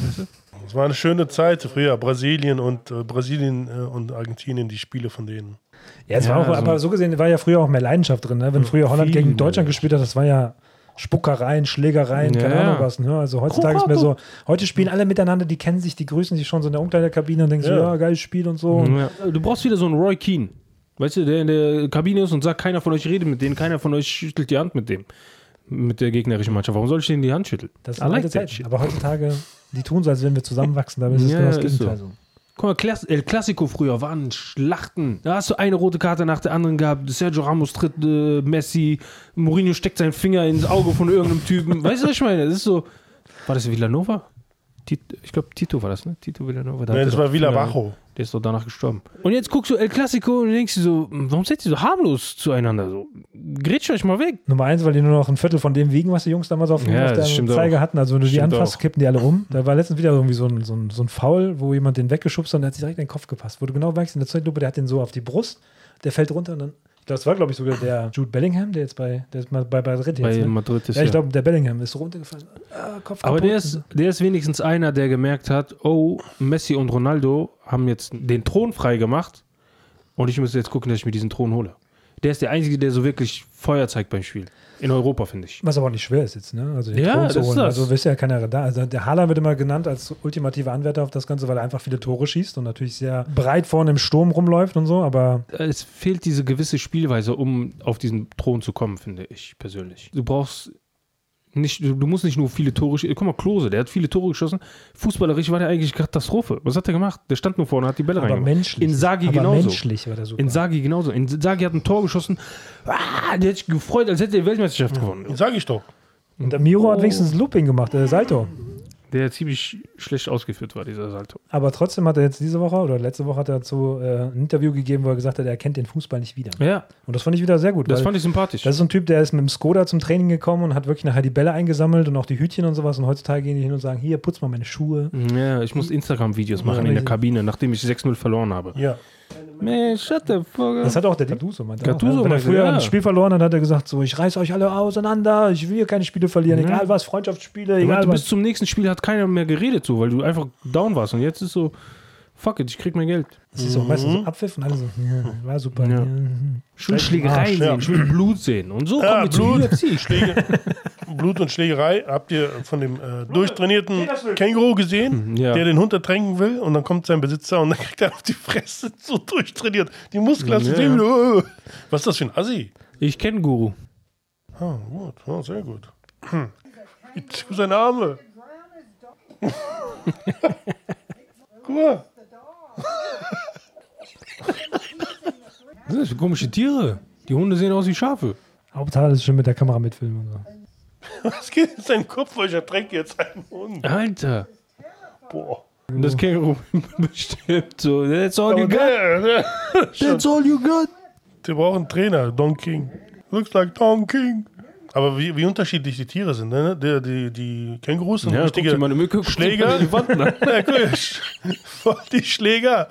Es war eine schöne Zeit früher. Brasilien und äh, Brasilien äh, und Argentinien, die Spiele von denen. Ja, es war Ja, auch, also- aber so gesehen war ja früher auch mehr Leidenschaft drin. Ne? Wenn früher Holland viel gegen mehr Deutschland gespielt hat, das war ja Spuckereien, Schlägereien, keine Ja. Ahnung was. Ne? Also heutzutage ist mehr so, heute spielen alle miteinander, die kennen sich, die grüßen sich schon so in der Umkleidekabine und denken so, Ja. ja, geiles Spiel und so. Ja. Du brauchst wieder so einen Roy Keane. Weißt du, der in der Kabine ist und sagt, keiner von euch redet mit denen, keiner von euch schüttelt die Hand mit dem. Mit der gegnerischen Mannschaft. Warum soll ich denen die Hand schütteln? Das ist I eine alte like that Zeit. shit. Aber heutzutage, die tun so, als wenn wir zusammenwachsen, dabei ist es Ja, genau das ist Gegenteil. so. So. Guck mal, Klas El Clasico früher waren Schlachten. Da hast du eine rote Karte nach der anderen gehabt. Sergio Ramos tritt äh, Messi. Mourinho steckt seinen Finger ins Auge von irgendeinem [laughs] Typen. Weißt du, was ich meine? Das ist so. War das Villanova? Tit- Ich glaube, Tito war das, ne? Tito Villanova. Da Nee, hat das er war doch Villa Finger- Bajo. Der ist doch danach gestorben. Und jetzt guckst du El Clasico und denkst dir so, warum seid ihr so harmlos zueinander? So, grätscht euch mal weg. Nummer eins, weil die nur noch ein Viertel von dem wiegen, was die Jungs damals auf, dem- Ja, auf das der stimmt Zeige auch. hatten. Also wenn du die Stimmt anfasst, auch. kippen die alle um. Da war letztens wieder irgendwie so ein, so ein, so ein Foul, wo jemand den weggeschubst hat und der hat sich direkt in den Kopf gepasst. Wo du genau merkst, in der Zeitlupe, der hat den so auf die Brust, der fällt runter und dann. Ich glaub, Das war, glaube ich, sogar der Jude Bellingham, der jetzt bei, der ist mal bei Madrid Bei jetzt. Ne? Madrid ist Ja, ja. ich glaube, der Bellingham ist runtergefallen. Ah, Kopf Aber kaputt. der ist, der ist wenigstens einer, der gemerkt hat, oh, Messi und Ronaldo haben jetzt den Thron frei gemacht und ich muss jetzt gucken, dass ich mir diesen Thron hole. Der ist der Einzige, der so wirklich Feuer zeigt beim Spiel. In Europa, finde ich. Was aber auch nicht schwer ist jetzt, ne? Also den Ja, Thron zu das ist holen. das. Also ist ja keiner da. Also der Haaland wird immer genannt als ultimativer Anwärter auf das Ganze, weil er einfach viele Tore schießt und natürlich sehr breit vorne im Sturm rumläuft und so, aber Es fehlt diese gewisse Spielweise, um auf diesen Thron zu kommen, finde ich persönlich. Du brauchst nicht, du du musst nicht nur viele Tore schießen. Guck mal, Klose, der hat viele Tore geschossen. Fußballerisch war der eigentlich Katastrophe. Was hat er gemacht? Der stand nur vorne, hat die Bälle aber reingemacht. menschlich. Inzaghi aber genauso. menschlich war der super. Insagi genauso. Insagi hat ein Tor geschossen. Ah, der hat sich gefreut, als hätte er die Weltmeisterschaft gewonnen. Sag ich doch. und der Miro Oh. hat wenigstens ein Looping gemacht, äh, Salto. Der ziemlich schlecht ausgeführt war, dieser Salto. Aber trotzdem hat er jetzt diese Woche oder letzte Woche hat er dazu äh, ein Interview gegeben, wo er gesagt hat, er kennt den Fußball nicht wieder. Ja, Und das fand ich wieder sehr gut. das weil fand ich sympathisch. das ist so ein Typ, der ist mit dem Skoda zum Training gekommen und hat wirklich nachher die Bälle eingesammelt und auch die Hütchen und sowas. Und heutzutage gehen die hin und sagen, hier, putz mal meine Schuhe. ja, ich muss Instagram-Videos machen in der Kabine, nachdem ich 6-0 verloren habe. Ja. Man, shut the fuck Das up. hat auch der Gattuso meint. er Gattuso auch, ne? Wenn er meinte, früher ja. ein Spiel verloren hat, hat er gesagt, so, ich reiß euch alle auseinander, ich will hier keine Spiele verlieren, egal was, Freundschaftsspiele, Ich meine, egal Mhm. du bist was. zum nächsten Spiel, hat keiner mehr geredet, so, weil du einfach down warst. Und jetzt ist so, fuck it, ich krieg mein Geld. Das ist auch meistens so Abpfiff und alle so, ja, war super. Mhm. Ja. Ja. Ich will Schlägereien Arsch, ja. sehen, ich will Blut sehen. Und so Ja, kommen wir zum Blut, UFC. Schläge, Blut und Schlägerei habt ihr von dem äh, durchtrainierten Känguru gesehen, Hm, Ja. der den Hund ertränken will und dann kommt sein Besitzer und [laughs] dann kriegt er auf die Fresse so durchtrainiert. Die Muskeln hast du Ja. gesehen. Äh, Was ist das für ein Assi? Ich kenne Guru. Ah, gut, ah, sehr gut. Hm. Ich- Seine Arme. Guck mal. Das sind komische Tiere. Die Hunde sehen aus wie Schafe. Hauptsache, das ist schon mit der Kamera mitfilmen und so. Was geht in seinen Kopf, weil ich ertränke jetzt einen Hund. Alter. Boah. Und das Känguru [laughs] bestimmt so. That's all you Aber got. der, der, That's all you got. Wir brauchen einen Trainer, Don King. Looks like Don King. Aber wie, wie unterschiedlich die Tiere sind, ne? Die, die, die Kängurus sind Ja, guck richtige dir meine Mücke. guck dir Schläger. mal die [laughs] Wand an. [laughs] Ja, cool. Voll die Schläger.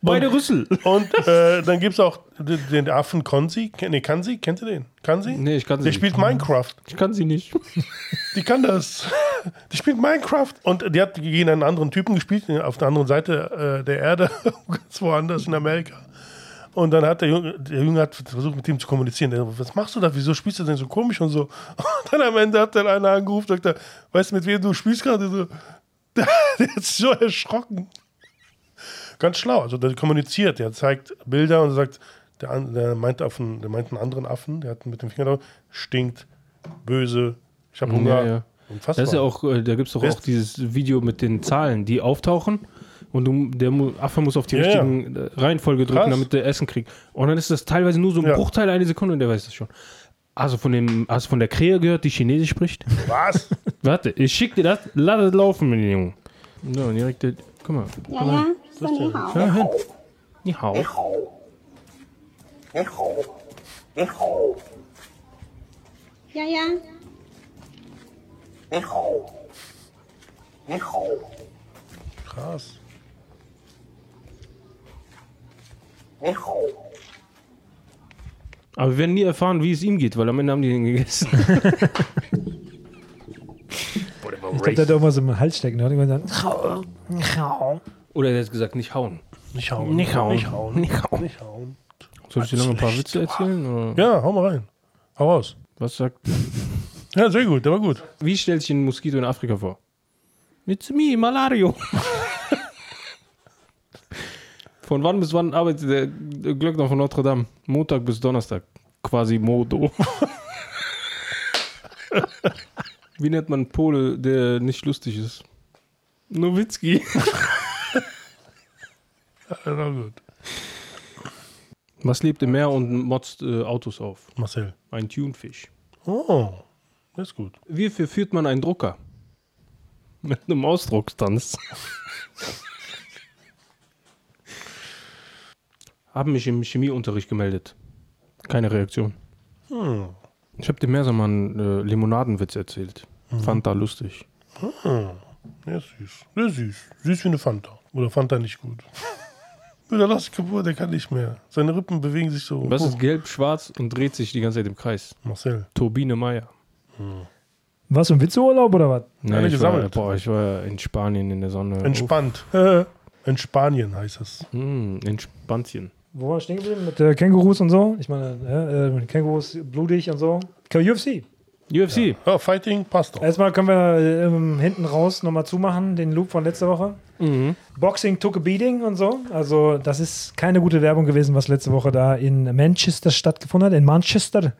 Beide Rüssel. Und äh, dann gibt es auch den, den Affen Konzi. Ken- Nee, Kanzi? Kennt ihr den? Kanzi? Nee, ich kann sie Der nicht. spielt Minecraft. Ich kann sie nicht. Die kann das. [laughs] Die spielt Minecraft. Und die hat gegen einen anderen Typen gespielt, auf der anderen Seite äh, der Erde, [laughs] ganz woanders in Amerika. Und dann hat der Junge, der Junge hat versucht, mit ihm zu kommunizieren. Der, was machst du da? Wieso spielst du denn so komisch und so? [laughs] Und dann am Ende hat dann einer angerufen, sagt er, weißt du, mit wem du spielst gerade? So, [laughs] der, der ist so erschrocken. Ganz schlau. Also der kommuniziert, der zeigt Bilder und sagt, der, an- der, meint, auf einen, der meint einen anderen Affen, der hat mit dem Finger drauf, stinkt, böse, ich habe Hunger. Ja, ja. Unfassbar. Das ist ja auch, äh, da gibt es doch Best- auch dieses Video mit den Zahlen, die auftauchen. Und du, der mu- Affe muss auf die Ja, ja. richtigen äh, Reihenfolge drücken, Krass. damit der Essen kriegt. Und dann ist das teilweise nur so ein Ja. Bruchteil einer Sekunde und der weiß das schon. Also von dem, hast du von der Krähe gehört, die Chinesisch spricht? Was? Warte, ich schick dir das, lass es laufen, mein Junge. So, und direkt, der- guck mal. 洋洋，三你好。 Ja, hin. Ni hao. Hey, 洋洋， Krass. Aber wir werden nie erfahren, wie es ihm geht, weil am Ende haben die den gegessen. Ich glaube, der hat irgendwas im Hals stecken. Der hat irgendwann gesagt, Oder er hat gesagt, nicht hauen. Nicht hauen. [laughs] Nicht hauen. Nicht hauen. Nicht hauen. Nicht hauen. Soll ich dir noch ein paar Witze erzählen? Oder Ja, hau mal rein. Hau raus. was sagt Ja, sehr gut, der war gut. Wie stellt sich ein Moskito in Afrika vor? It's me, Malario. von wann bis wann arbeitet der Glöckner von Notre Dame? Montag bis Donnerstag. Quasi Modo. Wie nennt man Pole, der nicht lustig ist? Nowitzki. Der war gut. Was lebt im Meer und motzt äh, Autos auf? Marcel. Ein Thunfisch. Oh, das ist gut. Wie verführt man einen Drucker? Mit einem Ausdruckstanz. Haben mich im Chemieunterricht gemeldet. Keine Reaktion. Hm. Ich habe dem Meersermann äh, Limonadenwitz erzählt. Fand da lustig. Der ist süß. Der ist süß. Süß wie eine Fanta. Oder Fanta nicht [laughs] gut. Oder lass ihn kaputt, der kann nicht mehr. Seine Rippen bewegen sich so. Was Oh, ist gelb, schwarz und dreht sich die ganze Zeit im Kreis? Marcel. Turbine Meier. was im Witzeurlaub oder was? Alle ich, war, gesammelt. boah, ich war in Spanien in der Sonne. Entspannt. [laughs] In Spanien heißt es. Oh, hm, in Spanien. Wo war ich stehen geblieben? Mit äh, Kängurus und so? Ich meine, äh, äh, Kängurus blutig und so. Ke- UFC. UFC. Ja, Fighting passt doch. Erstmal können wir äh, ähm, hinten raus nochmal zumachen, den Loop von letzter Woche. Mhm. Boxing took a beating und so. Also, das ist keine gute Werbung gewesen, was letzte Woche da in Manchester stattgefunden hat, in Manchester.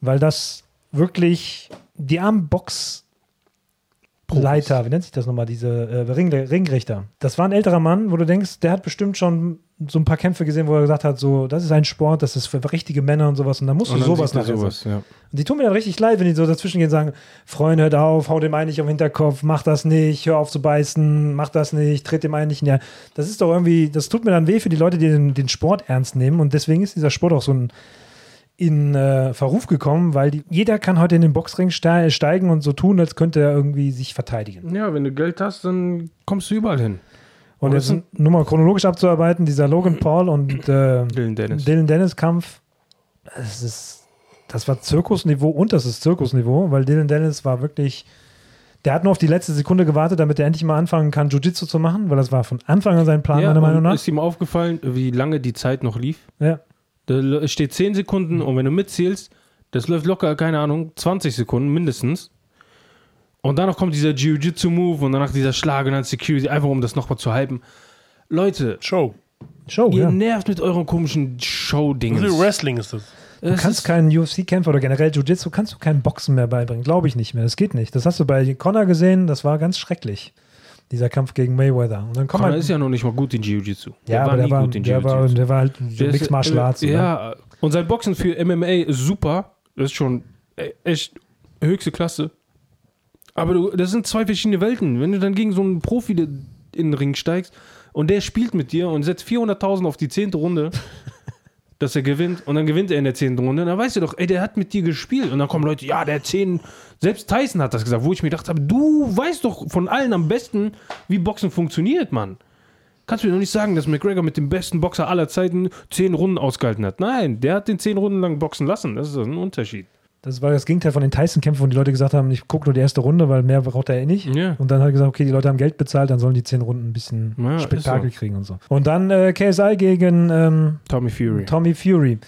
Weil das wirklich die armen Box. Leiter, wie nennt sich das nochmal, diese äh, Ring, Ringrichter. Das war ein älterer Mann, wo du denkst, der hat bestimmt schon so ein paar Kämpfe gesehen, wo er gesagt hat, so, das ist ein Sport, das ist für richtige Männer und sowas. Und da musst du Und dann sowas sieht er nachher sehen. sowas, ja. Und die tun mir dann richtig leid, wenn die so dazwischen gehen und sagen: Freunde, hört auf, hau dem einen nicht auf den Hinterkopf, mach das nicht, hör auf zu beißen, mach das nicht, tritt dem einen nicht näher. Das ist doch irgendwie, das tut mir dann weh für die Leute, die den, den Sport ernst nehmen. Und deswegen ist dieser Sport auch so ein in äh, Verruf gekommen, weil die, jeder kann heute in den Boxring ste steigen und so tun, als könnte er irgendwie sich verteidigen. Ja, wenn du Geld hast, dann kommst du überall hin. Und Und jetzt das nur mal chronologisch abzuarbeiten, dieser [clears throat] Logan Paul und äh, Dylan Dennis. Dylan Dennis Kampf, das ist, das war Zirkusniveau und das ist Zirkusniveau, weil Dylan Dennis war wirklich, Der hat nur auf die letzte Sekunde gewartet, damit er endlich mal anfangen kann, Jiu-Jitsu zu machen, weil das war von Anfang an sein Plan, Ja, meiner und Meinung nach. Ist ihm aufgefallen, wie lange die Zeit noch lief? Ja. Da l- steht 10 Sekunden und wenn du mitzählst, das läuft locker, keine Ahnung, 20 Sekunden mindestens. Und danach kommt dieser Jiu-Jitsu-Move und danach dieser Schlag und dann Security, einfach um das nochmal zu hypen. Leute, Show. Show, ihr ja. nervt mit euren komischen Little Show-Dingen. Also, Wrestling ist das. Du kannst keinen UFC-Kämpfer oder generell Jiu-Jitsu, kannst du keinen Boxen mehr beibringen. Glaube ich nicht mehr. Das geht nicht. Das hast du bei Connor gesehen, das war ganz schrecklich. Dieser Kampf gegen Mayweather. Und dann kommt Connor halt, ist ja noch nicht mal gut in Jiu-Jitsu. ja, aber der war, der, war, der war halt so Der ist, Mixed Martial äh, Arts. ne? Ja, und sein Boxen für MMA ist super. Das ist schon e- echt höchste Klasse. Aber du, das sind zwei verschiedene Welten. Wenn du dann gegen so einen Profi de- in den Ring steigst und der spielt mit dir und setzt 400.000 auf die [laughs] zehnte Runde, dass er gewinnt und dann gewinnt er in der zehnten Runde, dann weißt du doch, ey, der hat mit dir gespielt. Und dann kommen Leute, ja, der zehn, selbst Tyson hat das gesagt, wo ich mir gedacht habe, du weißt doch von allen am besten, wie Boxen funktioniert, Mann. Kannst du mir doch nicht sagen, dass McGregor mit dem besten Boxer aller Zeiten zehn Runden ausgehalten hat. Nein, der hat den zehn Runden lang boxen lassen. Das ist ein Unterschied. Das war das Gegenteil von den Tyson-Kämpfen, wo die Leute gesagt haben, ich gucke nur die erste Runde, weil mehr braucht er eh nicht. Ja. Und dann hat er gesagt, okay, die Leute haben Geld bezahlt, dann sollen die zehn Runden ein bisschen Ja, ist Spektakel kriegen und so. Und dann äh, KSI gegen ähm, Tommy Fury. Tommy Fury.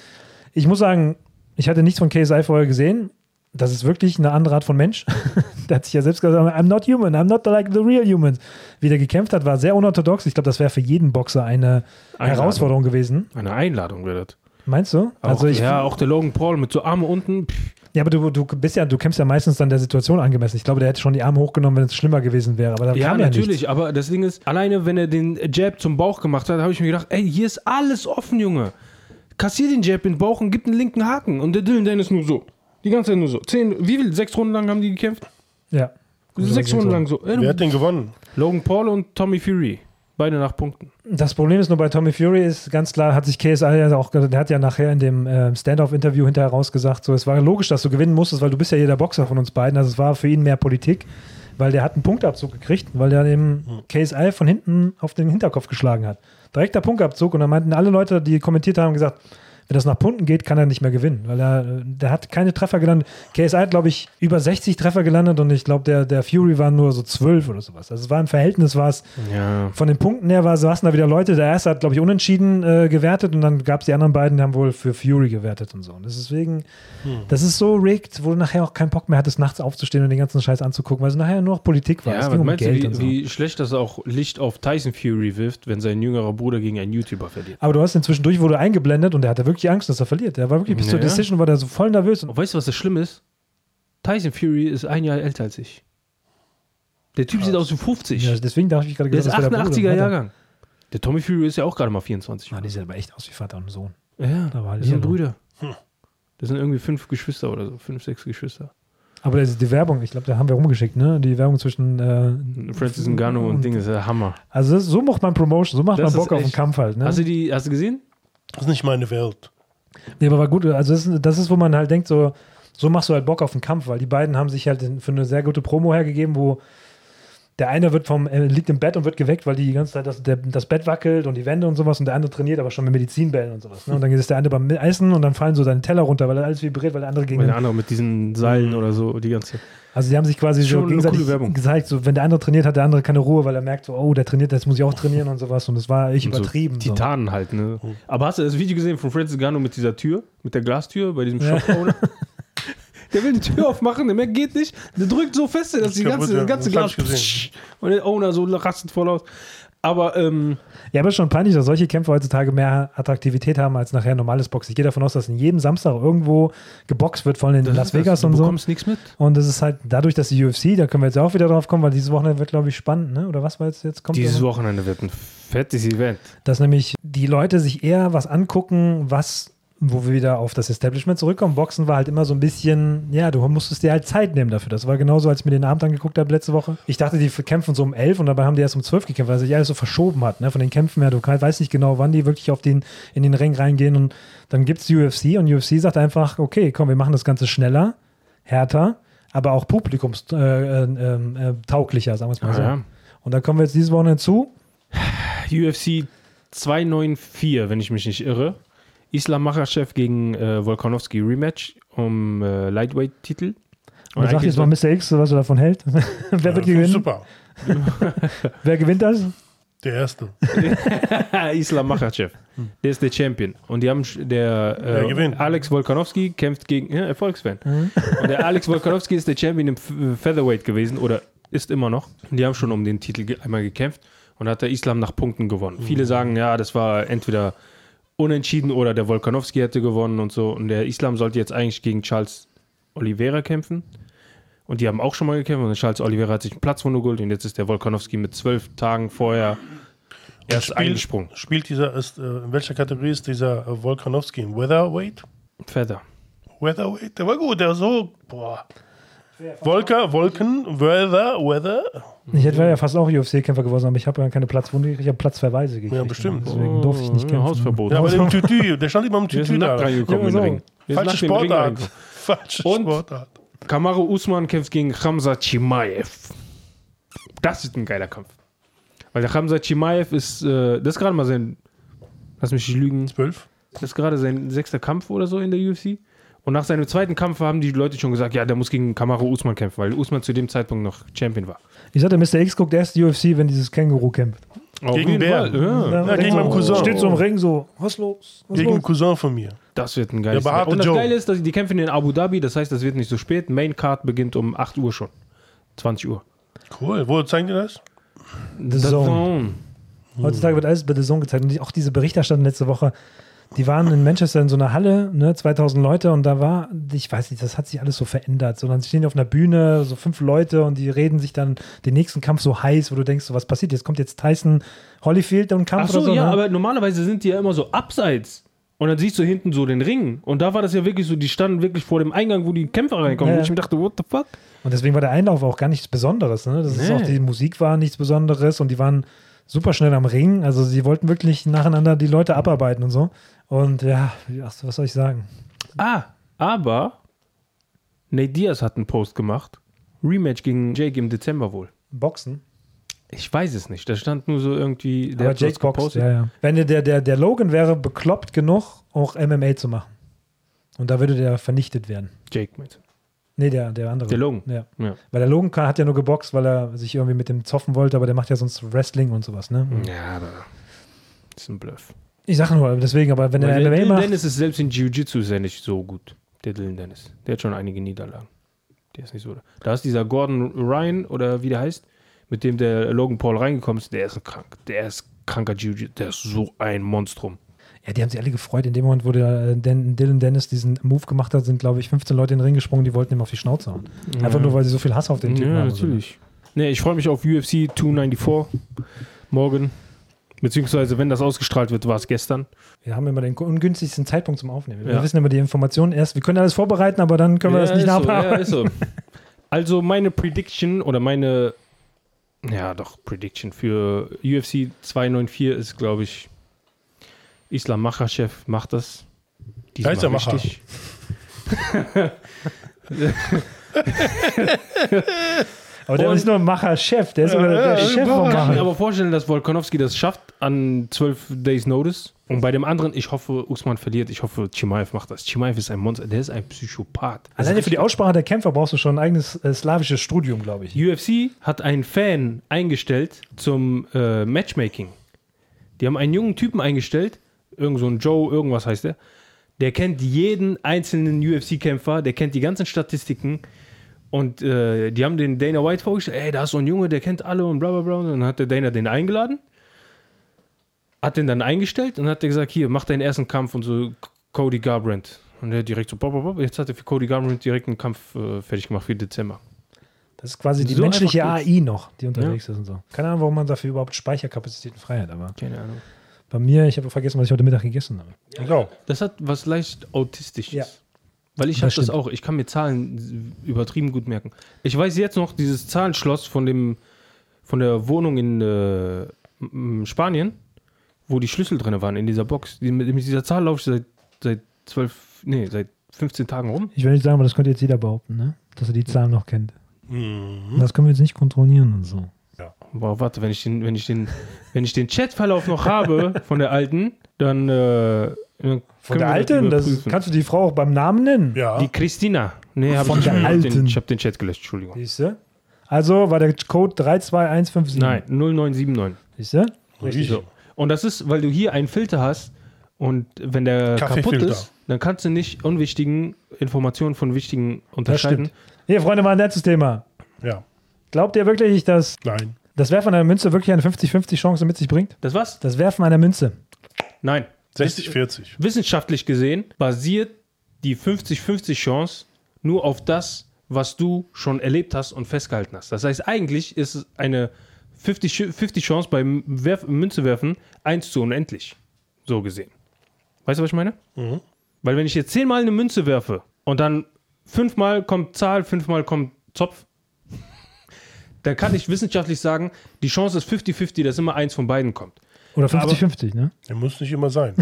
Ich muss sagen, ich hatte nichts von KSI vorher gesehen. Das ist wirklich eine andere Art von Mensch. [laughs] Der hat sich ja selbst gesagt, I'm not human, I'm not like the real humans. Wie der gekämpft hat, war sehr unorthodox. Ich glaube, das wäre für jeden Boxer eine Einladung. Herausforderung gewesen. Eine Einladung wäre das. Meinst du? Also Auch, ja, auch der Logan Paul mit so Arme unten. Pff, Ja, aber du, du bist ja, du kämpfst ja meistens dann der Situation angemessen. Ich glaube, der hätte schon die Arme hochgenommen, wenn es schlimmer gewesen wäre. Aber da ja, kam natürlich. Ja nichts. aber das Ding ist, alleine wenn er den Jab zum Bauch gemacht hat, habe ich mir gedacht, ey, hier ist alles offen, Junge. Kassier den Jab in den Bauch und gib einen linken Haken. Und der Dylan Dennis nur so. Die ganze Zeit nur so. Zehn, wie viel? Sechs Runden lang haben die gekämpft? Ja. Sechs Runden lang so. Ey, Wer hat den gewonnen? Logan Paul und Tommy Fury. Beide nach Punkten. Das Problem ist nur bei Tommy Fury ist ganz klar, hat sich KSI ja auch, der hat ja nachher in dem äh, Stand-off-Interview hinterher rausgesagt, so es war logisch, dass du gewinnen musstest, weil du bist ja hier der Boxer von uns beiden. Also es war für ihn mehr Politik, weil der hat einen Punktabzug gekriegt, weil der eben KSI von hinten auf den Hinterkopf geschlagen hat. Direkter Punktabzug und dann meinten alle Leute, die kommentiert haben, gesagt, wenn das nach Punkten geht, kann er nicht mehr gewinnen, weil er, äh, der hat keine Treffer gelandet. KSI hat, glaube ich, über 60 Treffer gelandet und ich glaube, der, der Fury waren nur so 12 oder sowas. Also es war im Verhältnis, war es Ja. von den Punkten her war, saßen da wieder Leute. Der erste hat, glaube ich, unentschieden äh, gewertet und dann gab es die anderen beiden, die haben wohl für Fury gewertet und so. Und das ist deswegen, Hm. das ist so rigged, wo du nachher auch keinen Bock mehr hattest, nachts aufzustehen und den ganzen Scheiß anzugucken, weil es nachher nur noch Politik war. Ja, es aber ging um meinst du, Geld wie, und so. wie schlecht das auch Licht auf Tyson Fury wirft, wenn sein jüngerer Bruder gegen einen YouTuber verliert? aber du hast ihn zwischendurch wurde eingeblendet und der hatte wirklich Angst, dass er verliert. Der war wirklich bis zur Ja. Oh, Decision war der so voll nervös. Und Und weißt du, was das Schlimme ist? Tyson Fury ist ein Jahr älter als ich. Der Typ sieht aus wie 50. ja, deswegen dachte ich gerade der ist das wäre der 88er Bruder. Jahrgang. Der Tommy Fury ist ja auch gerade mal 24. Ah, die sehen aber echt aus wie Vater und Sohn. Ja, Da war das sind Lilo. Brüder. Das sind irgendwie fünf Geschwister oder so. Fünf, sechs Geschwister. Aber das ist die Werbung, ich glaube, da haben wir rumgeschickt, ne? Die Werbung zwischen. Äh, Francis Ngannou und Ding ist der Hammer. also, das, so macht man Promotion, so macht Das man ist Bock auf den echt- Also Kampf halt. Ne? Hast du die, hast du gesehen? Das ist nicht meine Welt. Nee, aber war gut. Also das ist, das ist, wo man halt denkt, so, so machst du halt Bock auf den Kampf, weil die beiden haben sich halt in- für eine sehr gute Promo hergegeben, wo der eine wird vom, äh, liegt im Bett und wird geweckt, weil die, die ganze Zeit das, der, das Bett wackelt und die Wände und sowas und der andere trainiert aber schon mit Medizinbällen und sowas. Ne? Und dann ist der eine beim Essen und dann fallen so seine Teller runter, weil er alles vibriert, weil der andere gegen Bei der anderen mit diesen Seilen oder so, die ganze Zeit. also die haben sich quasi Schon so eine gegenseitig coole Werbung. gezeigt, so wenn der andere trainiert, hat der andere keine Ruhe, weil er merkt so, oh, der trainiert, jetzt muss ich auch trainieren und sowas und das war echt Und so übertrieben. So Titanen halt, ne? Aber hast du das Video gesehen von Francis Gano mit dieser Tür, mit der Glastür bei diesem Ja. Shop-Owner? [laughs] der will die Tür aufmachen, der merkt, geht nicht. Der drückt so fest, dass die glaub, ganze, ja, das ganze das hab Glas. ich gesehen. Und der Owner so rastet voll aus. Aber, ähm, Ja, aber ist schon peinlich, dass solche Kämpfe heutzutage mehr Attraktivität haben als nachher normales Boxen. Ich gehe davon aus, dass in jedem Samstag irgendwo geboxt wird, vor allem in das Las ist das, Vegas du und so. bekommst nichts mit. Und das ist halt dadurch, dass die UFC, da können wir jetzt auch wieder drauf kommen, weil dieses Wochenende wird, glaube ich, spannend, ne? Oder was war jetzt, jetzt kommt? Dieses Oder? Wochenende wird ein fettes Event. Dass nämlich die Leute sich eher was angucken, was wo wir wieder auf das Establishment zurückkommen. Boxen war halt immer so ein bisschen, ja, du musstest dir halt Zeit nehmen dafür. Das war genauso, als ich mir den Abend angeguckt habe letzte Woche. Ich dachte, die kämpfen so um 11 und dabei haben die erst um 12 gekämpft, weil sich alles so verschoben hat, ne? von den Kämpfen her. Du kann- weißt nicht genau, wann die wirklich auf den, in den Ring reingehen und dann gibt es die UFC und UFC sagt einfach, okay, komm, wir machen das Ganze schneller, härter, aber auch publikumstauglicher, äh, ähm, äh, tauglicher, sagen wir es mal Ah, so. ja. Und da kommen wir jetzt dieses Wochenende zu. UFC 294, wenn ich mich nicht irre. Islam Makhachev gegen äh, Volkanovski Rematch um äh, Lightweight-Titel. Und sag jetzt mal Mr. X, was er davon hält. [laughs] Wer Ja, wird das ist gewinnen? Super. Wer gewinnt das? Der erste. [laughs] Islam Makhachev. Der ist der Champion. Und die haben sch- der äh, Wer gewinnt? Alex Wolkanowski kämpft gegen ja, Erfolgsfan. Und der Alex Wolkanowski ist der Champion im F äh, Featherweight gewesen oder ist immer noch. Und die haben schon um den Titel ge einmal gekämpft und hat der Islam nach Punkten gewonnen. Viele sagen, ja, das war entweder unentschieden oder der Wolkanowski hätte gewonnen und so. Und der Islam sollte jetzt eigentlich gegen Charles Oliveira kämpfen. Und die haben auch schon mal gekämpft. Und Charles Oliveira hat sich einen Platz von geholt. Und jetzt ist der Wolkanowski mit zwölf Tagen vorher erst Spielt- eingesprungen. Spielt dieser, ist, äh, in welcher Kategorie ist dieser äh, Volkanovski? Im Weatherweight? Feather. Weatherweight? Der war gut, der war so, boah. Volker, Wolken, Weather, Weather. Ich hätte ja fast auch UFC-Kämpfer geworden, aber ich habe ja keine Platzwunde gekriegt, ich habe Platzverweise gekriegt. Ja, bestimmt. Oh, Deswegen durfte ich nicht Ja, kämpfen. Oh, Hausverbot. Ja, aber so. dem Tütü, der stand immer [laughs] im Der ist Tütü da. nackt reingekommen Ja, in so. den Ring. Der ist Falsche nackt in den Ring Sportart. reingekommen. Falsche Und- Sportart. Kamaru Usman kämpft gegen Khamza Chimaev. Das ist ein geiler Kampf. Weil der Khamza Chimaev ist, äh, das ist gerade mal sein, lass mich nicht lügen, Zwölf. das ist gerade sein sechster Kampf oder so in der UFC. Und nach seinem zweiten Kampf haben die Leute schon gesagt, ja, der muss gegen Kamaru Usman kämpfen, weil Usman zu dem Zeitpunkt noch Champion war. Ich sagte, Mr. X guckt erst die UFC, wenn dieses Känguru kämpft. Auf Gegen jeden wer? Fall, Ja. Dann denkt gegen so, meinen Cousin. Oh. Steht so im Ring so, was los? Was Gegen einen los? Cousin von mir. Das wird ein geiles Der behaarte Match. Und das Joe. Geile ist, dass die kämpfen in Abu Dhabi, das heißt, das wird nicht so spät. Main Card beginnt um 8 Uhr schon. 20 Uhr. Cool. Wo zeigen die das? The Zone. Zone. Hm. Heutzutage wird alles bei The Zone gezeigt. Und die- auch diese Berichterstattung letzte Woche, die waren in Manchester in so einer Halle, ne, 2000 Leute, und da war, ich weiß nicht, das hat sich alles so verändert. So, dann stehen die auf einer Bühne, so fünf Leute, und die reden sich dann den nächsten Kampf so heiß, wo du denkst, so was passiert jetzt? Kommt jetzt Tyson Holyfield und Kampf Ach so, oder so? ja, ne? aber normalerweise sind die ja immer so abseits. Und dann siehst du hinten so den Ring. Und da war das ja wirklich so, die standen wirklich vor dem Eingang, wo die Kämpfer reinkommen. Ja. Wo ich mir dachte, what the fuck? Und deswegen war der Einlauf auch gar nichts Besonderes. Ne? Das ist Nee. auch, die Musik war nichts Besonderes und die waren super schnell am Ring. Also sie wollten wirklich nacheinander die Leute abarbeiten und so. Und ja, ach, was soll ich sagen? Ah, aber Nate Diaz hat einen Post gemacht. Rematch gegen Jake im Dezember wohl. Boxen. Ich weiß es nicht. Da stand nur so irgendwie. Der Aber hat sowas Jake boxt. gepostet. Ja, ja. Wenn der, der, der Logan wäre bekloppt genug, auch MMA zu machen. Und da würde der vernichtet werden. Jake meinte. Nee, der, der andere. Der Logan. Ja. Ja. Weil der Logan kann- hat ja nur geboxt, weil er sich irgendwie mit dem zoffen wollte, aber der macht ja sonst Wrestling und sowas, ne? Ja, aber ist ein Bluff. Ich sage nur, deswegen, aber wenn er Weil der MMA Dylan macht. Dennis ist selbst in Jiu-Jitsu ist er nicht so gut. Der Dylan Dennis. Der hat schon einige Niederlagen. Der ist nicht so. Da ist dieser Gordon Ryan oder wie der heißt, mit dem der Logan Paul reingekommen ist, der ist krank. Der ist kranker Jiu-Jitsu. Der ist so ein Monstrum. Ja, die haben sich alle gefreut. In dem Moment, wo der äh, Dan- Dylan Dennis diesen Move gemacht hat, sind, glaube ich, 15 Leute in den Ring gesprungen, die wollten ihm auf die Schnauze hauen. Einfach nur, weil sie so viel Hass auf den Typen haben. Nee, ich freue mich auf UFC 294 morgen. Beziehungsweise, wenn das ausgestrahlt wird, war es gestern. Wir haben immer den ungünstigsten Zeitpunkt zum Aufnehmen. Wir Ja. wissen immer die Informationen erst. Wir können alles vorbereiten, aber dann können wir das nicht ist so, nachbearbeiten. ja, ist so. Also meine Prediction oder meine, ja doch, Prediction für UFC 294 ist, glaube ich, Islam Machachev macht das. Da ist der Macher. richtig. aber der Und- ist nur ein Macher-Chef. Der ist sogar Ja, der ja, Chef ja, vom Ich kann mir Macher. aber vorstellen, dass Wolkonowski das schafft an 12 Days Notice. Und bei dem anderen, ich hoffe, Usman verliert. Ich hoffe, Chimaev macht das. Chimaev ist ein Monster. Der ist ein Psychopath. Alleine für die Aussprache der Kämpfer brauchst du schon ein eigenes äh, slawisches Studium, glaube ich. UFC hat einen Fan eingestellt zum äh, Matchmaking. Die haben einen jungen Typen eingestellt, irgend so ein Joe, irgendwas heißt er. Der kennt jeden einzelnen UFC-Kämpfer, der kennt die ganzen Statistiken. Und äh, die haben den Dana White vorgestellt, ey, da ist so ein Junge, der kennt alle und bla bla bla. Und dann hat der Dana den eingeladen, hat den dann eingestellt und hat der gesagt, hier, mach deinen ersten Kampf und so Cody Garbrandt. Und der direkt so, bop, bop, bop. jetzt hat er für Cody Garbrandt direkt einen Kampf äh, fertig gemacht für Dezember. Das ist quasi die So menschliche einfach AI noch, die unterwegs ist und so. Keine Ahnung, warum man dafür überhaupt Speicherkapazitäten frei hat, aber Keine Ahnung. bei mir, ich habe vergessen, was ich heute Mittag gegessen habe. Genau. Das hat was leicht Autistisches. Ja. Weil ich Das habe das stimmt. auch. Ich kann mir Zahlen übertrieben gut merken. Ich weiß jetzt noch dieses Zahlenschloss von dem von der Wohnung in äh, m- Spanien, wo die Schlüssel drin waren in dieser Box. Die, mit, mit dieser Zahl laufe ich seit seit zwölf, nee, seit 15 Tagen rum. Ich will nicht sagen, aber das könnte jetzt jeder behaupten, ne? dass er die Zahlen noch kennt. Mhm. Das können wir jetzt nicht kontrollieren und so. Boah, warte, wenn ich den, [laughs] wenn ich den, wenn ich den Chatverlauf noch habe von der alten, dann, äh, dann Von der Können wir Alten, das überprüfen. kannst du die Frau auch beim Namen nennen. Ja. Die Christina. Nee, hab Von ich, der ich hab den, Alten. ich habe den Chat gelöscht, Entschuldigung. Siehste? Also war der Code 32157. Nein, 0979. Siehste? So. Und das ist, weil du hier einen Filter hast und wenn der kaputt Kaffeefilter. ist, dann kannst du nicht unwichtigen Informationen von wichtigen Das unterscheiden. stimmt. Hier, Freunde, war ein nettes Thema. Ja. Glaubt ihr wirklich, dass Nein. das Werfen einer Münze wirklich eine 50-50 Chance mit sich bringt? Das war's? Das Werfen einer Münze. Nein. 60, 40. Wissenschaftlich gesehen basiert die 50-50 Chance nur auf das, was du schon erlebt hast und festgehalten hast. Das heißt, eigentlich ist es eine 50-50 Chance beim Werf Münzewerfen 1 zu unendlich. So gesehen. Weißt du, was ich meine? Weil wenn ich jetzt zehnmal eine Münze werfe und dann fünfmal kommt Zahl, fünfmal kommt Zopf, [laughs] dann kann ich wissenschaftlich sagen, die Chance ist 50-50, dass immer eins von beiden kommt. Oder 50-50, ne? Der muss nicht immer [laughs] sein.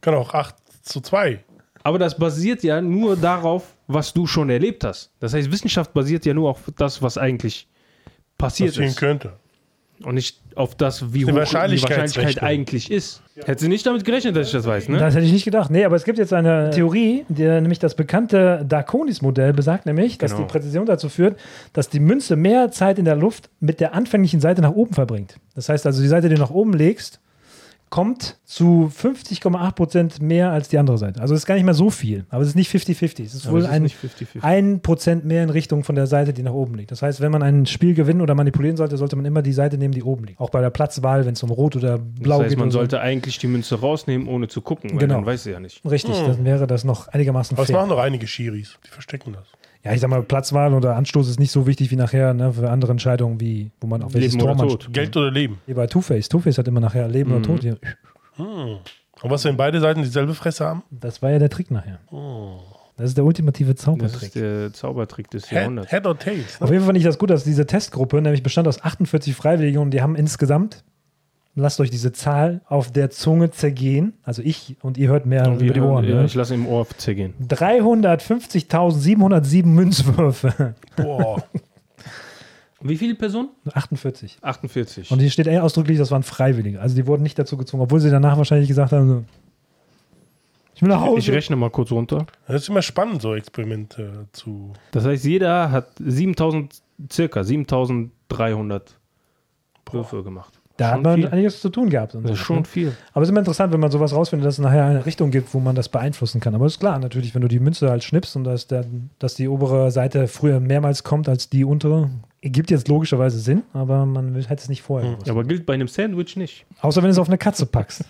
Kann auch 8 zu 2. Aber das basiert ja nur darauf, was du schon erlebt hast. Das heißt, Wissenschaft basiert ja nur auf das, was eigentlich passiert passieren ist. könnte. Und nicht auf das, wie hoch eine die Wahrscheinlichkeit Wahrscheinlichkeitsrechnung. eigentlich ist. Hättest du nicht damit gerechnet, dass ich das weiß, ne? Das hätte ich nicht gedacht. Nee, aber es gibt jetzt eine Theorie, die, nämlich das bekannte Darkonis-Modell besagt nämlich, dass Genau. die Präzision dazu führt, dass die Münze mehr Zeit in der Luft mit der anfänglichen Seite nach oben verbringt. Das heißt also, die Seite, die du nach oben legst, kommt zu 50,8 Prozent mehr als die andere Seite. Also es ist gar nicht mehr so viel, aber es ist nicht 50-50. Es ist Aber wohl es ist ein, nicht 50-50. ein Prozent mehr in Richtung von der Seite, die nach oben liegt. Das heißt, wenn man ein Spiel gewinnen oder manipulieren sollte, sollte man immer die Seite nehmen, die oben liegt. Auch bei der Platzwahl, wenn es um Rot oder Blau das heißt, geht. man oder so. sollte eigentlich die Münze rausnehmen, ohne zu gucken, weil Genau. dann weiß sie ja nicht. Richtig, dann wäre das noch einigermaßen Aber das fair. machen doch einige Schiris. Die verstecken das. Ja, ich sag mal, Platzwahl oder Anstoß ist nicht so wichtig wie nachher ne, für andere Entscheidungen, wie wo man auf welches Leben Tor oder man Tod. Mhm. Geld oder Leben. Hier bei Two-Face. Two-Face hat immer nachher Leben oder Tod. hier. Und was, wenn beide Seiten dieselbe Fresse haben? Das war ja der Trick nachher. Das ist der ultimative Das ist Zaubertrick. der Zaubertrick des Head, Jahrhunderts. Head or Tails. [laughs] Auf Ne? jeden Fall fand ich das gut, dass diese Testgruppe, nämlich bestand aus 48 Freiwilligen und die haben insgesamt, lasst euch diese Zahl auf der Zunge zergehen. Also ich und ihr hört mehr über die Ohren. ja, ne? ich lasse im Ohr zergehen. 350.707 Münzwürfe. [laughs] Boah. Wie viele Personen? 48. 48. Und hier steht ausdrücklich, das waren Freiwillige. Also die wurden nicht dazu gezwungen, obwohl sie danach wahrscheinlich gesagt haben, so, ich will nach ich Hause. rechne mal kurz runter. Das ist immer spannend, so Experimente zu. Das heißt, jeder hat 7000, circa 7300 Würfe gemacht. da hat schon man viel. einiges zu tun gehabt. Und Das so. ne? ist schon viel. Aber es ist immer interessant, wenn man sowas rausfindet, dass es nachher eine Richtung gibt, wo man das beeinflussen kann. Aber ist klar, natürlich, wenn du die Münze halt schnippst und dass, der, dass die obere Seite früher mehrmals kommt als die untere, gibt jetzt logischerweise Sinn, aber man hätte es nicht vorher gewusst. Aber gilt bei einem Sandwich nicht. Außer wenn du es auf eine Katze [laughs] packst.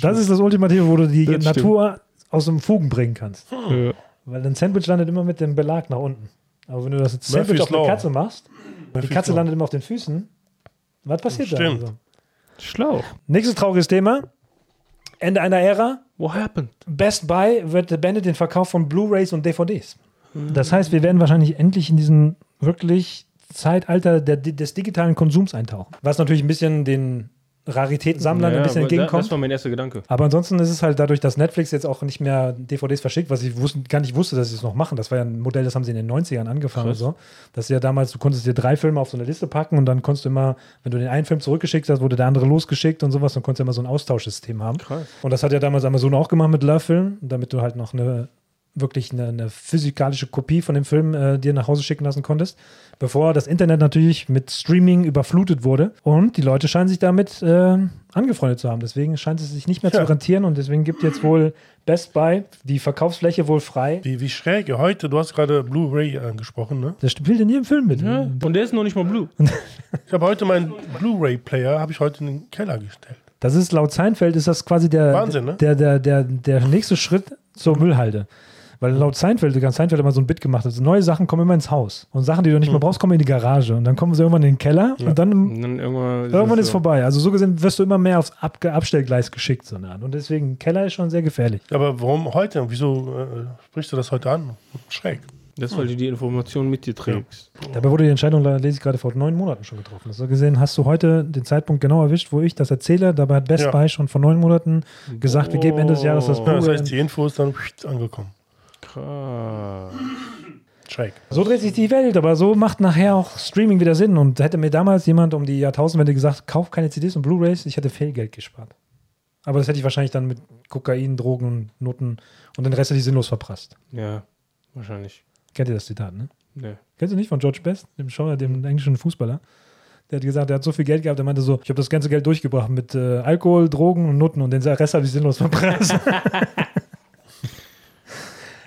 das ist das Ultimative, wo du die Das stimmt. Natur aus dem Fugen bringen kannst. Äh, Weil ein Sandwich landet immer mit dem Belag nach unten. Aber wenn du das jetzt Sandwich auf Murphy's eine Law. Katze machst, die Murphy's Katze Law. landet immer auf den Füßen. Was passiert da? Stimmt. Also? Schlau. Nächstes trauriges Thema. Ende einer Ära. What happened? Best Buy wird beendet den Verkauf von Blu-rays und DVDs. Das heißt, wir werden wahrscheinlich endlich in diesen wirklich Zeitalter der, des digitalen Konsums eintauchen. Was natürlich ein bisschen den Raritätensammlern ein bisschen aber da- entgegenkommt. Das war mein erster Gedanke. Aber ansonsten ist es halt dadurch, dass Netflix jetzt auch nicht mehr DVDs verschickt, was ich wussten, gar nicht wusste, dass sie es noch machen. Das war ja ein Modell, das haben sie in den 90ern angefangen. und Krass. So. Das ist ja damals, du konntest dir drei Filme auf so eine Liste packen und dann konntest du immer, wenn du den einen Film zurückgeschickt hast, wurde der andere losgeschickt und sowas, dann konntest du immer so ein Austauschsystem haben. Krass. Und das hat ja damals Amazon auch gemacht mit Love-Film, damit du halt noch eine wirklich eine, eine physikalische Kopie von dem Film äh, dir nach Hause schicken lassen konntest, bevor das Internet natürlich mit Streaming überflutet wurde. Und die Leute scheinen sich damit äh, angefreundet zu haben. Deswegen scheint es sich nicht mehr zu Tja. rentieren und deswegen gibt jetzt wohl Best Buy die Verkaufsfläche wohl frei. Wie, wie schräg. Heute, du hast gerade Blu-ray angesprochen, ne? Das spielt in jedem Film mit. Ja. Und der ist noch nicht mal blue. Ich habe heute meinen Blu-ray-Player, habe ich heute in den Keller gestellt. Das ist laut Seinfeld ist das quasi der, Wahnsinn, ne? der, der, der, der nächste Schritt zur Müllhalde. Weil laut Seinfeld, ganz Seinfeld hat immer so ein Bit gemacht, also neue Sachen kommen immer ins Haus. Und Sachen, die du nicht Hm. mehr brauchst, kommen in die Garage. Und dann kommen sie irgendwann in den Keller und dann Und dann irgendwann ist, irgendwann ist so. vorbei. Also so gesehen wirst du immer mehr aufs Abge Abstellgleis geschickt. So eine Art. Und deswegen, Keller ist schon sehr gefährlich. Aber warum heute? Wieso äh, sprichst du das heute an? Schräg. Das, weil du die Information mit dir trägst. Dabei wurde die Entscheidung, leider lese ich gerade, vor neun Monaten schon getroffen. Also so gesehen hast du heute den Zeitpunkt genau erwischt, wo ich das erzähle. Dabei hat Best Ja. Buy schon vor neun Monaten gesagt, wir geben Ende des Jahres das Ja, das Buch. heißt, die Info ist dann angekommen. Krass. Schräg. So dreht sich die Welt, aber so macht nachher auch Streaming wieder Sinn. Und hätte mir damals jemand um die Jahrtausendwende gesagt, kauf keine CDs und Blu-rays, ich hätte viel Geld gespart. Aber das hätte ich wahrscheinlich dann mit Kokain, Drogen, Noten und den Rest hätte ich sinnlos verprasst. Ja, wahrscheinlich. Kennt ihr das Zitat, ne? Nee. Kennst du nicht von George Best, dem Schauer, dem englischen Fußballer? Der hat gesagt, er hat so viel Geld gehabt, er meinte so, ich habe das ganze Geld durchgebracht mit äh, Alkohol, Drogen und Nutten und den Rest habe ich sinnlos [laughs] verprasst.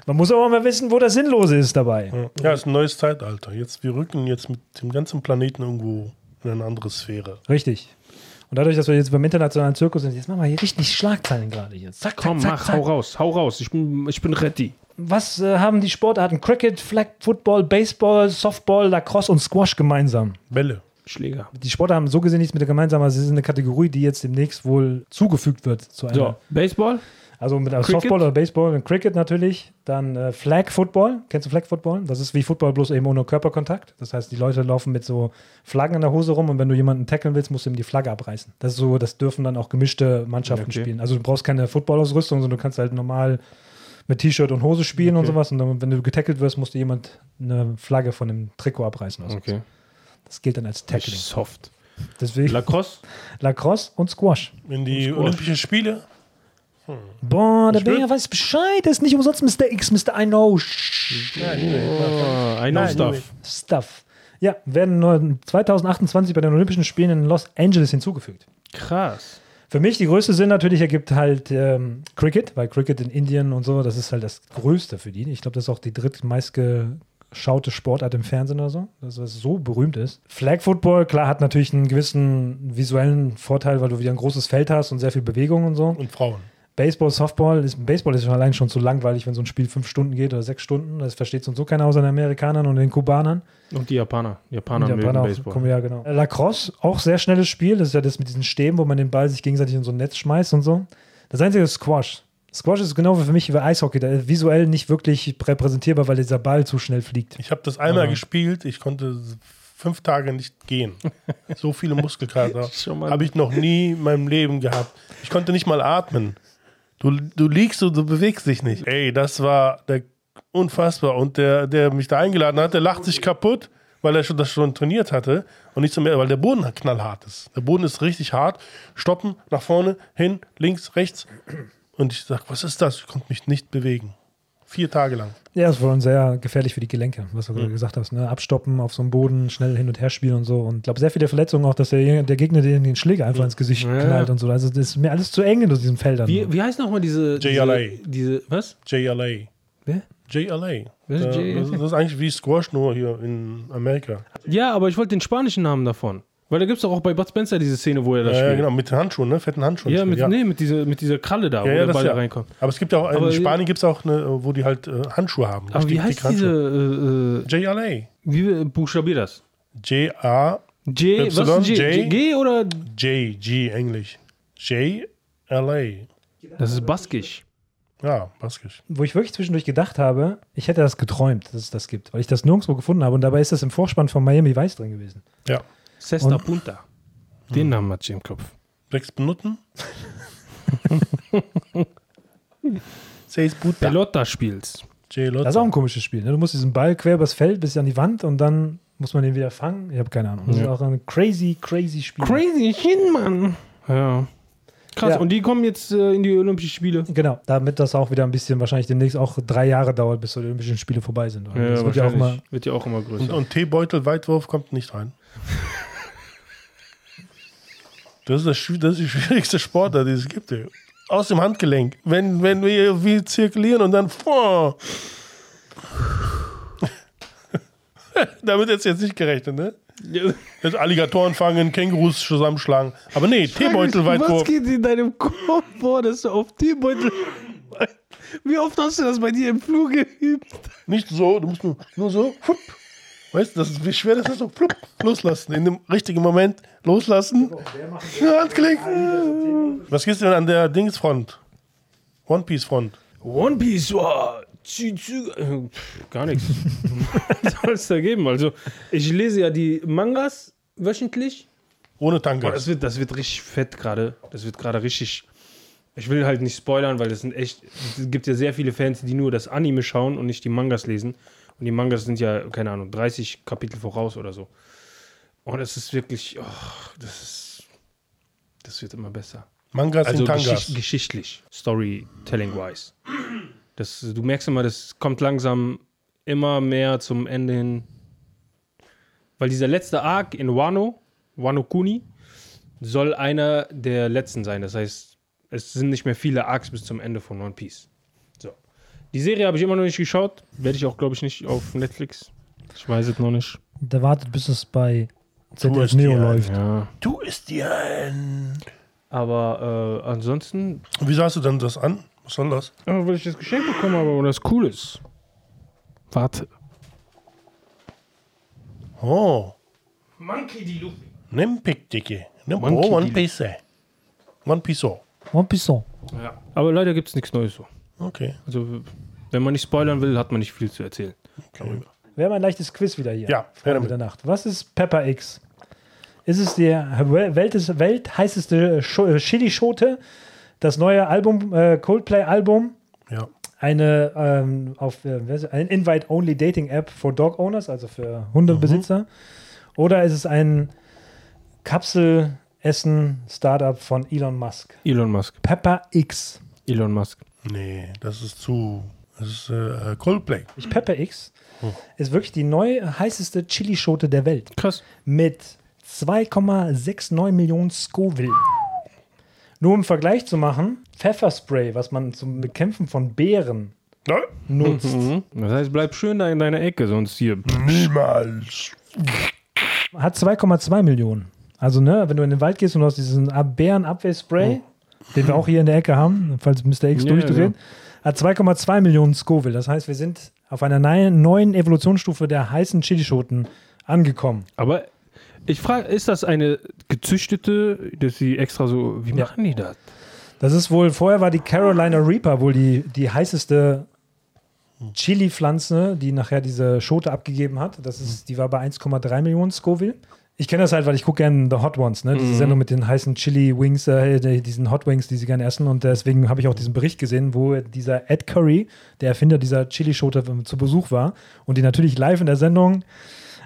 Man muss aber auch mal wissen, wo das Sinnlose ist dabei. Ja, ja ist ein neues Zeitalter. Jetzt, wir rücken jetzt mit dem ganzen Planeten irgendwo in eine andere Sphäre. Richtig. Und dadurch, dass wir jetzt beim internationalen Zirkus sind, jetzt machen wir hier richtig Schlagzeilen gerade hier. Zack, Komm, zack, mach, zack. hau raus, hau raus. Ich bin, ich bin ready. Was äh, haben die Sportarten Cricket, Flag Football, Baseball, Softball, Lacrosse und Squash gemeinsam? Bälle. Schläger. Die Sportarten haben so gesehen nichts mit der gemeinsamen, aber sie sind eine Kategorie, die jetzt demnächst wohl zugefügt wird zu einer. So, Baseball? Also mit Cricket? Softball oder Baseball und Cricket natürlich. Dann äh, Flag Football. Kennst du Flag Football? Das ist wie Football bloß eben ohne Körperkontakt. Das heißt, die Leute laufen mit so Flaggen in der Hose rum und wenn du jemanden tackeln willst, musst du ihm die Flagge abreißen. Das ist so, das dürfen dann auch gemischte Mannschaften Okay. spielen. Also du brauchst keine Footballausrüstung, sondern du kannst halt normal mit T-Shirt und Hose spielen und Okay. sowas. Und dann, wenn du getackelt wirst, musst du jemand eine Flagge von dem Trikot abreißen. Also Okay. Das gilt dann als Tackling. Soft. Deswegen Lacrosse? Lacrosse und Squash. In die Squash. Olympischen Spiele. Boah, der Ich würd- Bayer weiß Bescheid. Der ist nicht umsonst Mr. X, Mr. I know. Sch- Oh, I know Nein, stuff. Stuff. Ja, werden neu- 2028 bei den Olympischen Spielen in Los Angeles hinzugefügt. Krass. Für mich die größte Sinn natürlich ergibt halt ähm, Cricket, weil Cricket in Indien und so, das ist halt das Größte für die. Ich glaube, das ist auch die drittmeistgeschaute Sportart im Fernsehen oder so, das, was so berühmt ist. Flag Football, klar, hat natürlich einen gewissen visuellen Vorteil, weil du wieder ein großes Feld hast und sehr viel Bewegung und so. Und Frauen. Baseball, Softball, ist, Baseball ist schon allein schon zu langweilig, wenn so ein Spiel fünf Stunden geht oder sechs Stunden. Das versteht sonst so keiner außer den Amerikanern und den Kubanern. Und die Japaner. Japaner Die mögen Japaner auch- Baseball. kommen, ja, genau. Lacrosse, auch sehr schnelles Spiel. Das ist ja das mit diesen Stäben, wo man den Ball sich gegenseitig in so ein Netz schmeißt und so. Das einzige ist Squash. Squash ist genau wie für mich wie Eishockey. Da ist visuell nicht wirklich repräsentierbar, weil dieser Ball zu schnell fliegt. Ich habe das einmal gespielt. Ich konnte fünf Tage nicht gehen. So viele Muskelkater [laughs] Schon mal- habe ich noch nie in meinem Leben gehabt. Ich konnte nicht mal atmen. Du, du liegst und du bewegst dich nicht. Ey, das war der unfassbar. Und der, der mich da eingeladen hat, der lacht sich kaputt, weil er schon, das schon trainiert hatte. Und nicht so mehr, weil der Boden halt knallhart ist. Der Boden ist richtig hart. Stoppen, nach vorne, hin, links, rechts. Und ich sag, was ist das? Ich konnte mich nicht bewegen. Vier Tage lang. Ja, ist wohl sehr gefährlich für die Gelenke, was Mhm. du gerade gesagt hast. Ne? Abstoppen auf so einem Boden, schnell hin und her spielen und so. Und ich glaube, sehr viele Verletzungen auch, dass der, der Gegner den, den Schläger einfach ins Gesicht Ja. knallt und so. Also, das ist mir alles zu eng in diesen Feldern. Wie, wie heißt nochmal diese, JLA. diese. Diese. Was? JLA. Wer? JLA. Was ist Äh, JLA? Das, das ist eigentlich wie Squash nur hier in Amerika. Ja, aber ich wollte den spanischen Namen davon. Weil da gibt es doch auch bei Bud Spencer diese Szene, wo er da Ja, ja, spielt. genau, mit den Handschuhen, ne? Fetten Handschuhen. Ja, mit, ja. Nee, mit, dieser, mit dieser Kralle da, Ja, wo ja, der das Ball ja. reinkommt. Aber es gibt ja auch, in Aber- Spanien gibt es auch eine, wo die halt äh, Handschuhe haben. Aber wie Richtig heißt dicke diese, Handschuhe. äh, äh, JLA. wie äh, buchstabier das? J-A, J, was Y, ist J? J? J? G oder? J, G, Englisch. J-L-A. Das ist baskisch. Ja, baskisch. wo ich wirklich zwischendurch gedacht habe, ich hätte das geträumt, dass es das gibt, weil ich das nirgendwo gefunden habe. Und dabei ist das im Vorspann von Miami Vice drin gewesen. Ja. Sesta Und- Punta. Den Namen hat sie im Kopf. Sechs [laughs] Minuten. Seis Buta. Pelota spielt's. J-Lotta. Das ist auch ein komisches Spiel. Ne? Du musst diesen Ball quer übers Feld bis an die Wand und dann muss man den wieder fangen. Ich habe keine Ahnung. Das ist Ja. auch ein crazy, crazy Spiel. Crazy Shin, Mann. Ja. Krass, Ja. und die kommen jetzt äh, in die Olympischen Spiele. Genau, damit das auch wieder ein bisschen wahrscheinlich demnächst auch drei Jahre dauert, bis so die Olympischen Spiele vorbei sind. Und das wird ja auch mal. wahrscheinlich. wird ja auch immer Und, größer. und Teebeutel Weitwurf kommt nicht rein. Das ist, das, schwi- das ist die schwierigste Sportart, die es gibt. Ey. Aus dem Handgelenk. Wenn, wenn wir, wir zirkulieren und dann. Oh. [laughs] Damit ist jetzt nicht gerechnet, ne? Jetzt Alligatoren fangen, Kängurus zusammenschlagen. Aber nee, Teebeutel Was Weitwurf. geht in deinem Kopf vor, dass du auf Teebeutel... Wie oft hast du das bei dir im Flur geübt? Nicht so, du musst nur, nur so. Hup. Weißt du, das ist, wie schwer das ist? So, flupp, loslassen. In dem richtigen Moment loslassen. Handgelenk. Was gibt's denn an der Dingsfront? One Piece Front. One Piece war. Zü- zü- äh, pff, Gar [laughs] nichts. Was soll es da geben? Also, ich lese ja die Mangas wöchentlich. Ohne Boah, das, Tangas. wird, das wird richtig fett gerade. Das wird gerade richtig. Ich will halt nicht spoilern, weil es sind echt. Es gibt ja sehr viele Fans, die nur das Anime schauen und nicht die Mangas lesen. Und die Mangas sind ja, keine Ahnung, 30 Kapitel voraus oder so. Und es ist wirklich. Och, oh, das ist. Das wird immer besser. Mangas Also in Tangas. geschicht, geschichtlich, Storytelling-wise. Das, du merkst immer, das kommt langsam immer mehr zum Ende hin. Weil dieser letzte Arc in Wano, Wano Kuni, soll einer der letzten sein. Das heißt, es sind nicht mehr viele Arcs bis zum Ende von One Piece. So. Die Serie habe ich immer noch nicht geschaut. Werde ich auch, glaube ich, nicht auf Netflix. Ich weiß es noch nicht. Der wartet, bis es bei Du ZDF hast Neo die läuft. Ja. Du ist dir ein. Aber äh, ansonsten Und wieso hast du denn das an? Was soll das? Aber weil ich das Geschenk bekommen habe und das cool ist. Warte. Oh, Monkey die Lupe. nimm Pick, Dicke. Nimm Monkey oh, One Deal. Piece. One Piece. Oh, One Piece. Song. Ja. Aber leider gibt es nichts Neues so. Okay. Also, wenn man nicht spoilern will, hat man nicht viel zu erzählen. Wir haben ein leichtes Quiz wieder hier. Ja, her Freunde damit. der Nacht. Was ist Pepper X? Ist es die wel- weltes, weltheißeste Scho- äh, Chili-Schote, das neue Album, äh, Coldplay-Album, Ja. eine ähm, auf äh, wer ist- ein Invite-Only Dating-App for Dog Owners, also für Hundebesitzer? Oder ist es ein Kapselessen-Startup von Elon Musk? Elon Musk. Pepper X. Elon Musk. Nee, das ist zu. Das ist äh, Coldplay. Ich Pepper X ist wirklich die neu heißeste Chili-Schote der Welt. Krass. mit 2,69 Millionen Scoville. Nur um Vergleich zu machen, Pfefferspray, was man zum Bekämpfen von Bären Nein, nutzt, Mhm. Das heißt, bleib schön da in deiner Ecke, sonst hier. niemals. Hm. hat 2,2 Millionen. Also, ne, wenn du in den Wald gehst und du hast diesen Ab- Bärenabwehrspray, den wir auch hier in der Ecke haben, falls Mr. X Hm. Ja, durchdreht, hat 2,2 Millionen Scoville. Das heißt, wir sind auf einer nei- neuen Evolutionsstufe der heißen Chilischoten angekommen. Aber ich frage, ist das eine gezüchtete, dass sie extra so. Wie machen die das? Das ist wohl, vorher war die Carolina Reaper wohl die, die heißeste Chili-Pflanze, die nachher diese Schote abgegeben hat. Das ist, die war bei 1,3 Millionen Scoville. Ich kenne das halt, weil ich gucke gerne The Hot Ones, ne? Diese Sendung mit den heißen Chili-Wings, äh, die- diesen Hot Wings, die sie gerne essen. Und deswegen habe ich auch diesen Bericht gesehen, wo dieser Ed Curry, der Erfinder dieser Chili-Schote, äh, zu Besuch war und die natürlich live in der Sendung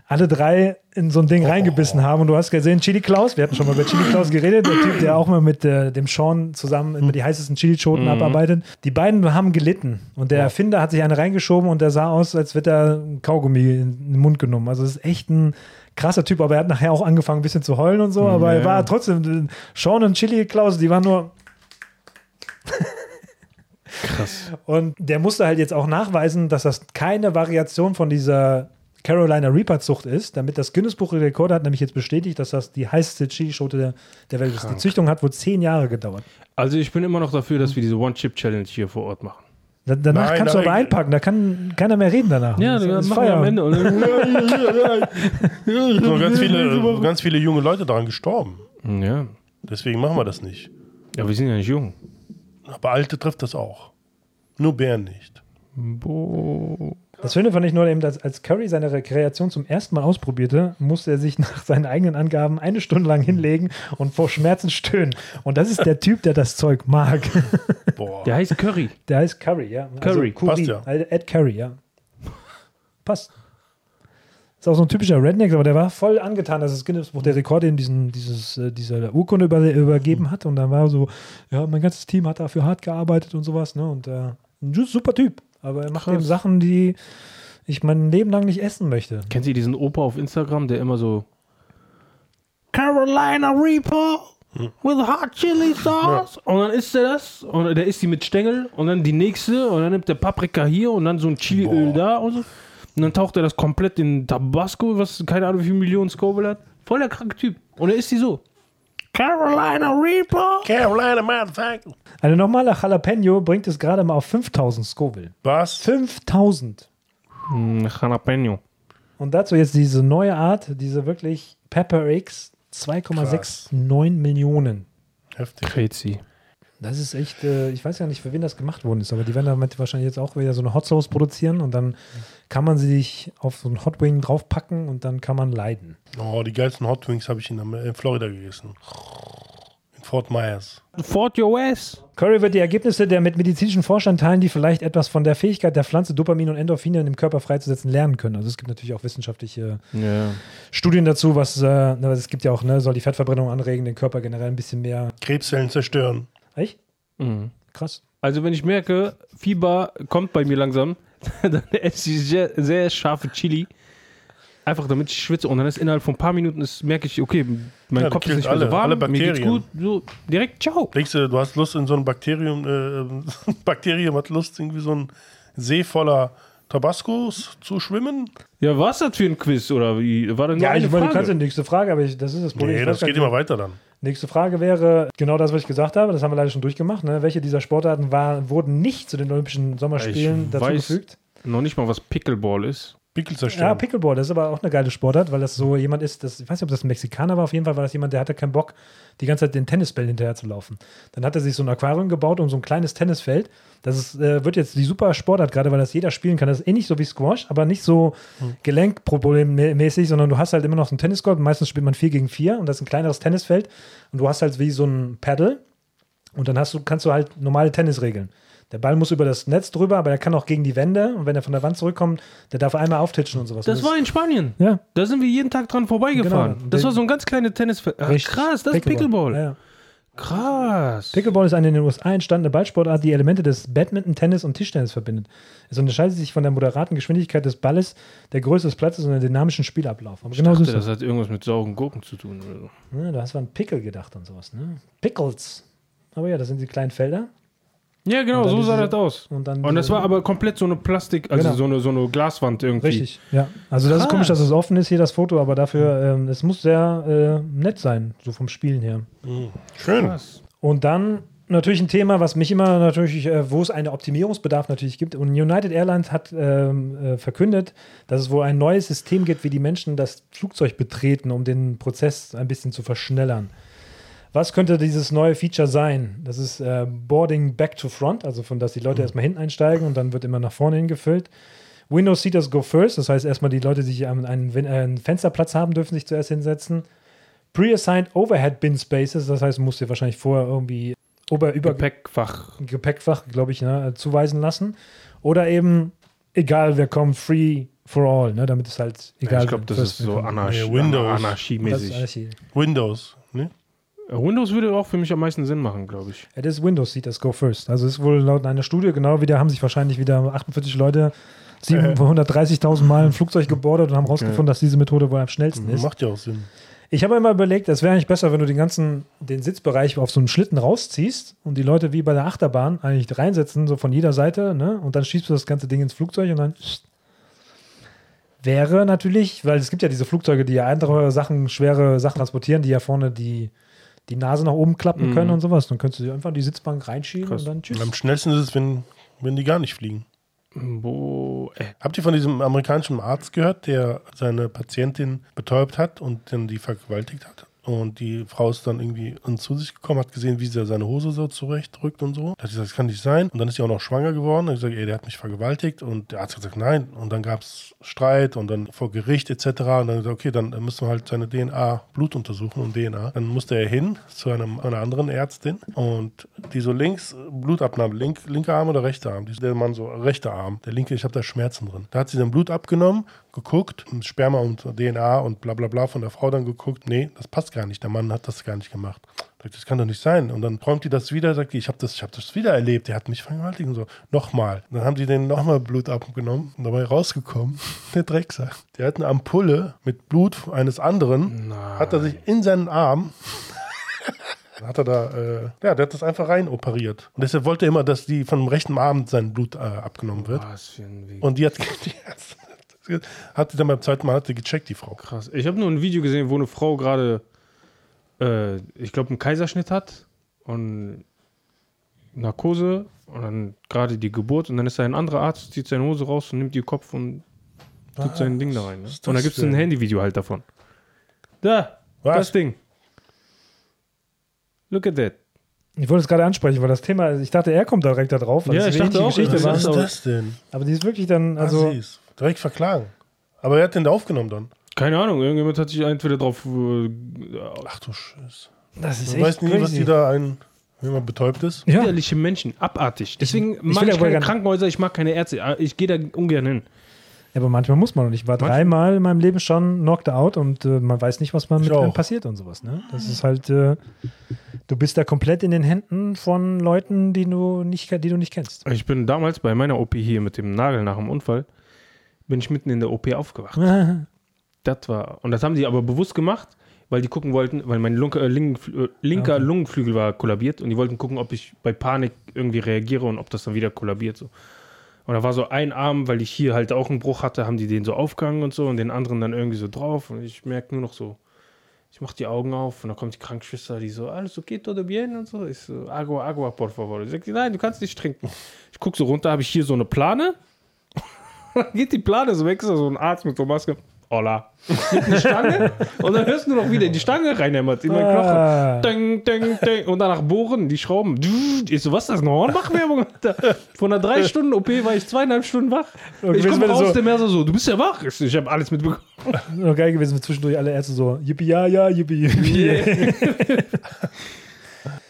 alle drei in so ein Ding reingebissen haben. Und du hast gesehen, Chili Klaus, wir hatten schon mal über Chili Klaus geredet, der Typ, der auch mal mit äh, dem Sean zusammen immer die heißesten Chili-Schoten abarbeitet. Die beiden haben gelitten. Und der Erfinder hat sich eine reingeschoben und der sah aus, als wird er ein Kaugummi in den Mund genommen. Also es ist echt ein krasser Typ, aber er hat nachher auch angefangen, ein bisschen zu heulen und so. Aber er war trotzdem, Sean und Chili Klaus, die waren nur, Krass. Und der musste halt jetzt auch nachweisen, dass das keine Variation von dieser Carolina Reaper Zucht ist, damit das Guinness Buch der Rekorde hat nämlich jetzt bestätigt, dass das die heißeste Chilischote der, der Welt ist. Die Züchtung hat wohl zehn Jahre gedauert. Also, ich bin immer noch dafür, dass wir diese One-Chip-Challenge hier vor Ort machen. Da, danach Nein, kannst du nein. aber einpacken, da kann keiner mehr reden danach. Ja, Das das, ist machen wir am Feierabend. Ende. Und So [laughs] ganz viele, ganz viele junge Leute daran gestorben. dann- [laughs] ja. Deswegen machen wir das nicht. Ja, wir sind ja nicht jung. Aber Alte trifft das auch. Nur Bären nicht. Boah. Das Schöne fand ich nur eben, dass als Curry seine Rekreation zum ersten Mal ausprobierte, musste er sich [laughs] nach seinen eigenen Angaben eine Stunde lang hinlegen und vor Schmerzen stöhnen. Und das ist der Typ, der das Zeug mag. Boah. Der heißt Curry. Der heißt Curry, ja. Curry, also Curry. passt ja. Also Ed Curry, ja. Passt. Ist auch so ein typischer Redneck, aber der war voll angetan, dass das Guinness Buch der Rekorde ihm diesen, dieses, äh, dieser Urkunde über, übergeben hat. Und dann war er so, ja, mein ganzes Team hat dafür hart gearbeitet und sowas. Ne? Und äh, ein ju- super Typ. Aber er macht eben Sachen, die ich mein Leben lang nicht essen möchte. Kennt ihr diesen Opa auf Instagram, der immer so Carolina Reaper with hot chili sauce und dann isst er das und der isst die mit Stängel und dann die nächste und dann nimmt der Paprika hier und dann so ein Chiliöl Boah. da und so und dann taucht er das komplett in Tabasco, was keine Ahnung wie viele Millionen Scoville hat. Voll der kranke Typ. Und er isst die so. Carolina Reaper. Carolina Motherfucker. Eine normale Jalapeno Also bringt es gerade mal auf 5000 Scoville. Was? 5000! Mm, Jalapeno. Und dazu jetzt diese neue Art, diese wirklich Pepper X 2,69 Millionen. Heftig. Crazy. Das ist echt, äh, ich weiß ja nicht, für wen das gemacht worden ist, aber die werden damit wahrscheinlich jetzt auch wieder so eine Hot Sauce produzieren und dann kann man sie sich auf so einen Hot Wing draufpacken und dann kann man leiden. Oh, die geilsten Hot Wings habe ich in, Amer- in Florida gegessen. In Fort Myers. Fort your ass. Curry wird die Ergebnisse der mit medizinischen Forschern teilen, die vielleicht etwas von der Fähigkeit der Pflanze, Dopamin und Endorphine in dem Körper freizusetzen, lernen können. Also es gibt natürlich auch wissenschaftliche Ja. Studien dazu, was äh, na, es gibt ja auch, ne, soll die Fettverbrennung anregen, den Körper generell ein bisschen mehr. Krebszellen zerstören. Echt? Mhm. Krass. Also wenn ich merke, Fieber kommt bei mir langsam, [laughs] dann esse ich sehr, sehr scharfe Chili. Einfach damit ich schwitze und dann ist innerhalb von ein paar Minuten ist, merke ich, okay, mein Ja, du Kopf ist killst nicht mehr alle- so warm, alle mir geht's Bakterien. gut, so direkt, ciao. Denkst du, du hast Lust in so ein Bakterium, äh, [laughs] ähm, Bakterium hat Lust, irgendwie so ein See voller Tabascos zu schwimmen? Ja, was das für ein Quiz oder wie? War denn nur Ja, eine ich wollte Frage? kannst du nächste Frage, aber ich, das ist das Problem. Nee, Ich das weiß gar geht nicht. immer weiter dann. Nächste Frage wäre genau das, was ich gesagt habe. Das haben wir leider schon durchgemacht. Ne? Welche dieser Sportarten war, wurden nicht zu den Olympischen Sommerspielen Ich weiß- dazugefügt? Noch nicht mal, was Pickleball ist. Pickel Ja, zerstören. Pickleball, das ist aber auch eine geile Sportart, weil das so jemand ist, das, ich weiß nicht, ob das ein Mexikaner war, auf jeden Fall war das jemand, der hatte keinen Bock, die ganze Zeit den Tennisbällen hinterher zu laufen. Dann hat er sich so ein Aquarium gebaut und so ein kleines Tennisfeld. Das ist, äh, wird jetzt die super Sportart, gerade weil das jeder spielen kann. Das ist ähnlich so wie Squash, aber nicht so gelenkproblemmäßig, sondern du hast halt immer noch einen Tenniscourt. Meistens spielt man 4 gegen 4 und das ist ein kleineres Tennisfeld. Und du hast halt wie so ein Paddle, und dann hast du, kannst du halt normale Tennisregeln. Der Ball muss über das Netz drüber, aber er kann auch gegen die Wände. Und wenn er von der Wand zurückkommt, der darf einmal auftitschen und sowas. Das Und war in Spanien. Ja. Da sind wir jeden Tag dran vorbeigefahren. Genau. Das war so ein ganz kleines Tennisfeld. Ah, richtig. krass, das ist Pickleball. Ja, ja. Krass. Pickleball ist eine in den USA entstandene Ballsportart, die Elemente des Badminton, Tennis und Tischtennis verbindet. Es unterscheidet sich von der moderaten Geschwindigkeit des Balles, der Größe des Platzes und dem dynamischen Spielablauf. Aber genau so ist dachte, das das. hat irgendwas mit sauren Gurken zu tun. Oder so. Ja, da hast du an Pickel gedacht und sowas. Ne? Pickles. Aber ja, das sind die kleinen Felder. Ja, genau, dann so sah diese- das aus. und dann und das diese- war aber komplett so eine Plastik, also Genau. so, eine, so eine Glaswand irgendwie. Richtig, ja. Also das ist Krass. komisch, dass es offen ist hier, das Foto, aber dafür, ähm, es muss sehr äh, nett sein, so vom Spielen her. Schön. Krass. Und dann natürlich ein Thema, was mich immer natürlich, äh, wo es einen Optimierungsbedarf natürlich gibt. Und United Airlines hat ähm, äh, verkündet, dass es wohl ein neues System gibt, wie die Menschen das Flugzeug betreten, um den Prozess ein bisschen zu verschnellern. Was könnte dieses neue Feature sein? Das ist äh, Boarding Back to Front, also von dass die Mhm. Leute erstmal hinten einsteigen und dann wird immer nach vorne hingefüllt. Window Seaters go first, das heißt erstmal die Leute, die sich an einen, Wen- äh, einen Fensterplatz haben, dürfen sich zuerst hinsetzen. Pre-assigned Overhead Bin Spaces, das heißt, musst dir wahrscheinlich vorher irgendwie Ober über Gepäckfach. Gepäckfach, glaube ich, ne, zuweisen lassen. Oder eben, egal wer kommt, free for all, ne, damit es halt egal ich glaube, das ist so anarchie Nee, Windows. anarchiemäßig. anarchie. Windows. Ne? Äh, Windows würde auch für mich am meisten Sinn machen, glaube ich. Ja, das Windows sieht das Go First. Also ist wohl laut einer Studie genau wieder, haben sich wahrscheinlich wieder 48 Leute 730.000 Mal ein Flugzeug gebordet und haben herausgefunden, dass diese Methode wohl am schnellsten ist. Macht ja auch Sinn. Ich habe immer überlegt, es wäre eigentlich besser, wenn du den ganzen, den Sitzbereich auf so einem Schlitten rausziehst und die Leute wie bei der Achterbahn eigentlich reinsetzen, so von jeder Seite, ne? Und dann schiebst du das ganze Ding ins Flugzeug und dann wäre natürlich, weil es gibt ja diese Flugzeuge, die ja andere Sachen, schwere Sachen transportieren, die ja vorne die, die Nase nach oben klappen können und sowas. Dann könntest du dir einfach in die Sitzbank reinschieben Mhm. Krass. und dann tschüss. Am schnellsten ist es, wenn, wenn die gar nicht fliegen. Boah, ey. Habt ihr von diesem amerikanischen Arzt gehört, der seine Patientin betäubt hat und dann die vergewaltigt hat? Und die Frau ist dann irgendwie an- zu sich gekommen, hat gesehen, wie sie seine Hose so zurechtdrückt und so. Da hat sie gesagt, das kann nicht sein. Und dann ist sie auch noch schwanger geworden. Dann hat sie gesagt, ey, der hat mich vergewaltigt. Und der Arzt hat gesagt, nein. Und dann gab es Streit und dann vor Gericht etc. Und dann hat er gesagt, okay, dann müssen wir halt seine DNA, Blut untersuchen und DNA. Dann musste er hin zu einem, einer anderen Ärztin. Und die so links, äh, Blutabnahme, link, linker Arm oder rechter Arm? Die- Der Mann so, rechter Arm. Der linke, ich habe da Schmerzen drin. Da hat sie dann Blut abgenommen, geguckt, und Sperma und DNA und bla bla bla von der Frau dann geguckt. Nee, das passt gar nicht. Der Mann hat das gar nicht gemacht. Sagt, das kann doch nicht sein. Und dann träumt die das wieder, sagt die, ich habe das, ich hab das wieder erlebt. Der hat mich vergewaltigt und so. Nochmal. Und Dann haben die den nochmal Blut abgenommen und dabei rausgekommen. [laughs] Der Drecksack. Der hat eine Ampulle mit Blut eines anderen. Hat er sich in seinen Arm hat er da, äh, ja, der hat das einfach rein operiert. Und deshalb wollte er immer, dass die von dem rechten Arm sein Blut äh, abgenommen wird. Was für ein Weg. Und die hat, [laughs] die hat, hat die dann beim zweiten Mal hat die gecheckt, die Frau. Krass. Ich habe nur ein Video gesehen, wo eine Frau gerade, äh, ich glaube, einen Kaiserschnitt hat und Narkose und dann gerade die Geburt und dann ist da ein anderer Arzt, zieht seine Hose raus und nimmt ihr Kopf und tut sein Ding da rein. Ne? ist das Und da gibt es ein denn? Handyvideo halt davon. Da, Was? das Ding. Look at that. Ich wollte es gerade ansprechen, weil das Thema, ich dachte, er kommt direkt da drauf, weil Ja, Ah, es ich eine dachte ähnliche auch, Geschichte das war. ist- aber- denn? Aber die ist wirklich dann, Also, also Assis. Direkt verklagen. Aber er hat den da aufgenommen dann. Keine Ahnung, irgendjemand hat sich entweder drauf äh, Ach du Scheiße. Das ist Ich echt weiß nie, crazy. was die da ein, wenn man betäubt ist. [laughs] Ja. Widerliche Menschen, abartig. Deswegen ich mag will ich aber keine gar- Krankenhäuser, ich mag keine Ärzte. Ah, Ich gehe da ungern hin. Ja, aber manchmal muss man und ich war dreimal in meinem Leben schon knocked out und äh, man weiß nicht, was man mit auch. einem passiert und sowas. Ne? Das ist halt, äh, du bist da komplett in den Händen von Leuten, die du nicht, ke- die du nicht kennst. [laughs] Also Ich bin damals bei meiner OP hier mit dem Nagel nach dem Unfall, bin ich mitten in der OP aufgewacht. Das war, und das haben sie aber bewusst gemacht, weil die gucken wollten, weil mein Lunk, äh, Link, äh, linker Lungenflügel war kollabiert und die wollten gucken, ob ich bei Panik irgendwie reagiere und ob das dann wieder kollabiert. So. Und da war so ein Arm, weil ich hier halt auch einen Bruch hatte, haben die den so aufgehangen und so und den anderen dann irgendwie so drauf und ich merke nur noch so, ich mach die Augen auf und dann kommt die Krankenschwester, die so, alles okay, todo bien und so. Ich so, agua, agua, por favor. Ich sag, nein, du kannst nicht trinken. Ich guck so runter, habe ich hier so eine Plane. [laughs] Dann geht die Plane so weg, ist da so ein Arzt mit so Maske. Hola. [laughs] Mit einer Stange. und dann hörst du noch wieder in die Stange reinhämmert, in meinen Knochen. Ah. Ding, ding, ding. Und danach bohren, die Schrauben. Ich so, was ist das? Eine Hornbach-Werbung? Alter. Von einer drei Stunden OP war ich zweieinhalb Stunden wach. Und Ich wenn- komme wenn du raus, so- der Mörser so, du bist ja wach. Ich, so, ich habe alles mitbekommen. Nur geil gewesen, wenn zwischendurch alle Ärzte so, yippie, ja, ja, yippie, yippie. [laughs]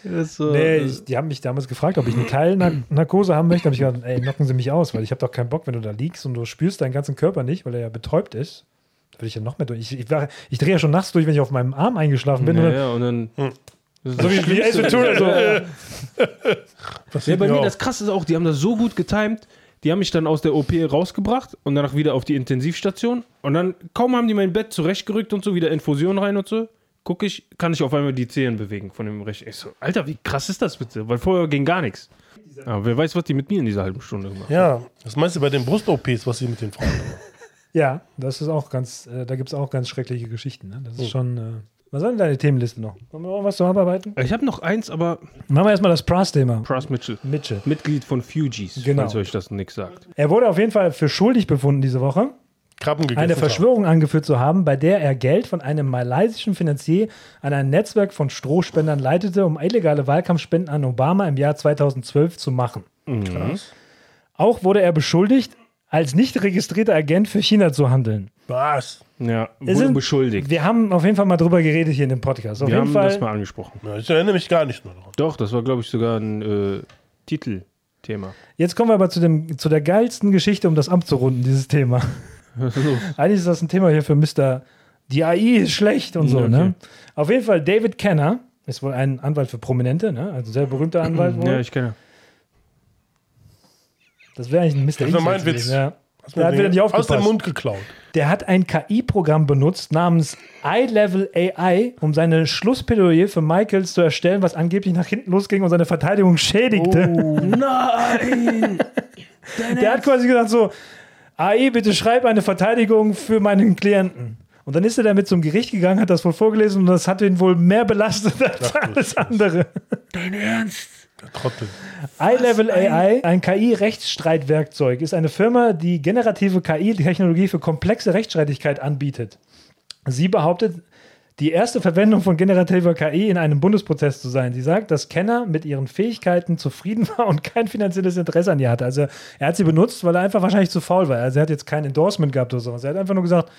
Das ist so- Nee, ich, die haben mich damals gefragt, ob ich einen Teil Nar- Narkose haben möchte. Da habe ich gedacht, ey, knocken Sie mich aus, weil ich habe doch keinen Bock, wenn du da liegst und du spürst deinen ganzen Körper nicht, weil er ja betäubt ist. Da würde ich ja noch mehr durch. Ich, ich, war- ich drehe ja schon nachts durch, wenn ich auf meinem Arm eingeschlafen bin. ja, oder- ja, und dann. Hm. So wie, wie Ace Ventura. So, [laughs] äh, Das Ja, bei sieht mir, auch. das krasse ist auch, die haben das so gut getimt, die haben mich dann aus der OP rausgebracht und danach wieder auf die Intensivstation. Und dann kaum haben die mein Bett zurechtgerückt und so, wieder Infusion rein und so, gucke ich, kann ich auf einmal die Zehen bewegen von dem Recht. Ich so, Alter, wie krass ist das bitte? Weil vorher ging gar nichts. Aber wer weiß, was die mit mir in dieser halben Stunde gemacht haben. ja, das meinst du bei den Brust-OPs, was sie mit den [laughs] Frauen machen. ja, das ist auch ganz, äh, da gibt es auch ganz schreckliche Geschichten. Ne? Oh. Das ist schon. Äh, was soll denn deine Themenliste noch? Wollen wir noch was zu abarbeiten? Ich habe noch eins, aber Machen wir erstmal das Pras-Thema. Pras Mitchell, Mitchell. Mitglied von Fugees, Genau. falls euch das nichts sagt. Er wurde auf jeden Fall für schuldig befunden diese Woche. Krabben gegessen. eine haben. Verschwörung angeführt zu haben, bei der er Geld von einem malaysischen Finanzier an ein Netzwerk von Strohspendern leitete, um illegale Wahlkampfspenden an Obama im Jahr 2012 zu machen. Mhm. Auch wurde er beschuldigt, als nicht registrierter Agent für China zu handeln. Was? Ja, Es wurde sind- beschuldigt. Wir haben auf jeden Fall mal drüber geredet hier in dem Podcast. Auf Wir jeden haben das Fall. mal angesprochen. Ja, ich erinnere mich gar nicht mehr daran. Doch, das war, glaube ich, sogar ein äh, Titelthema. Jetzt kommen wir aber zu, dem, zu der geilsten Geschichte, um das abzurunden, dieses [laughs] Thema. Eigentlich ist das ein Thema hier für Mr. Die AI ist schlecht und so. Ja, okay. Ne? Auf jeden Fall, David Kenner ist wohl ein Anwalt für Prominente, ne? also sehr berühmter Anwalt. Wohl. Ja, ich kenne. das wäre eigentlich ein Mr. Das war X mein jetzt Witz. gewesen, Ja. Der hat wieder nicht Aus dem aufgepasst. Mund geklaut. Der hat ein KI-Programm benutzt namens iLevel AI, um seine Schlussplädoyer für Michaels zu erstellen, was angeblich nach hinten losging und seine Verteidigung schädigte. Nein! [laughs] Der hat quasi gesagt so, AI, bitte schreib eine Verteidigung für meinen Klienten. Und dann ist er damit zum Gericht gegangen, hat das wohl vorgelesen und das hat ihn wohl mehr belastet als alles andere. Der Trottel. iLevel AI, ein KI-Rechtsstreitwerkzeug, ist eine Firma, die generative KI-Technologie für komplexe Rechtsstreitigkeit anbietet. Sie behauptet, die erste Verwendung von generativer KI in einem Bundesprozess zu sein. Sie sagt, dass Kenner mit ihren Fähigkeiten zufrieden [laughs] war und kein finanzielles Interesse an ihr hatte. Also er hat sie benutzt, weil er einfach wahrscheinlich zu faul war. Also er hat jetzt kein Endorsement gehabt oder sowas. Er hat einfach nur gesagt,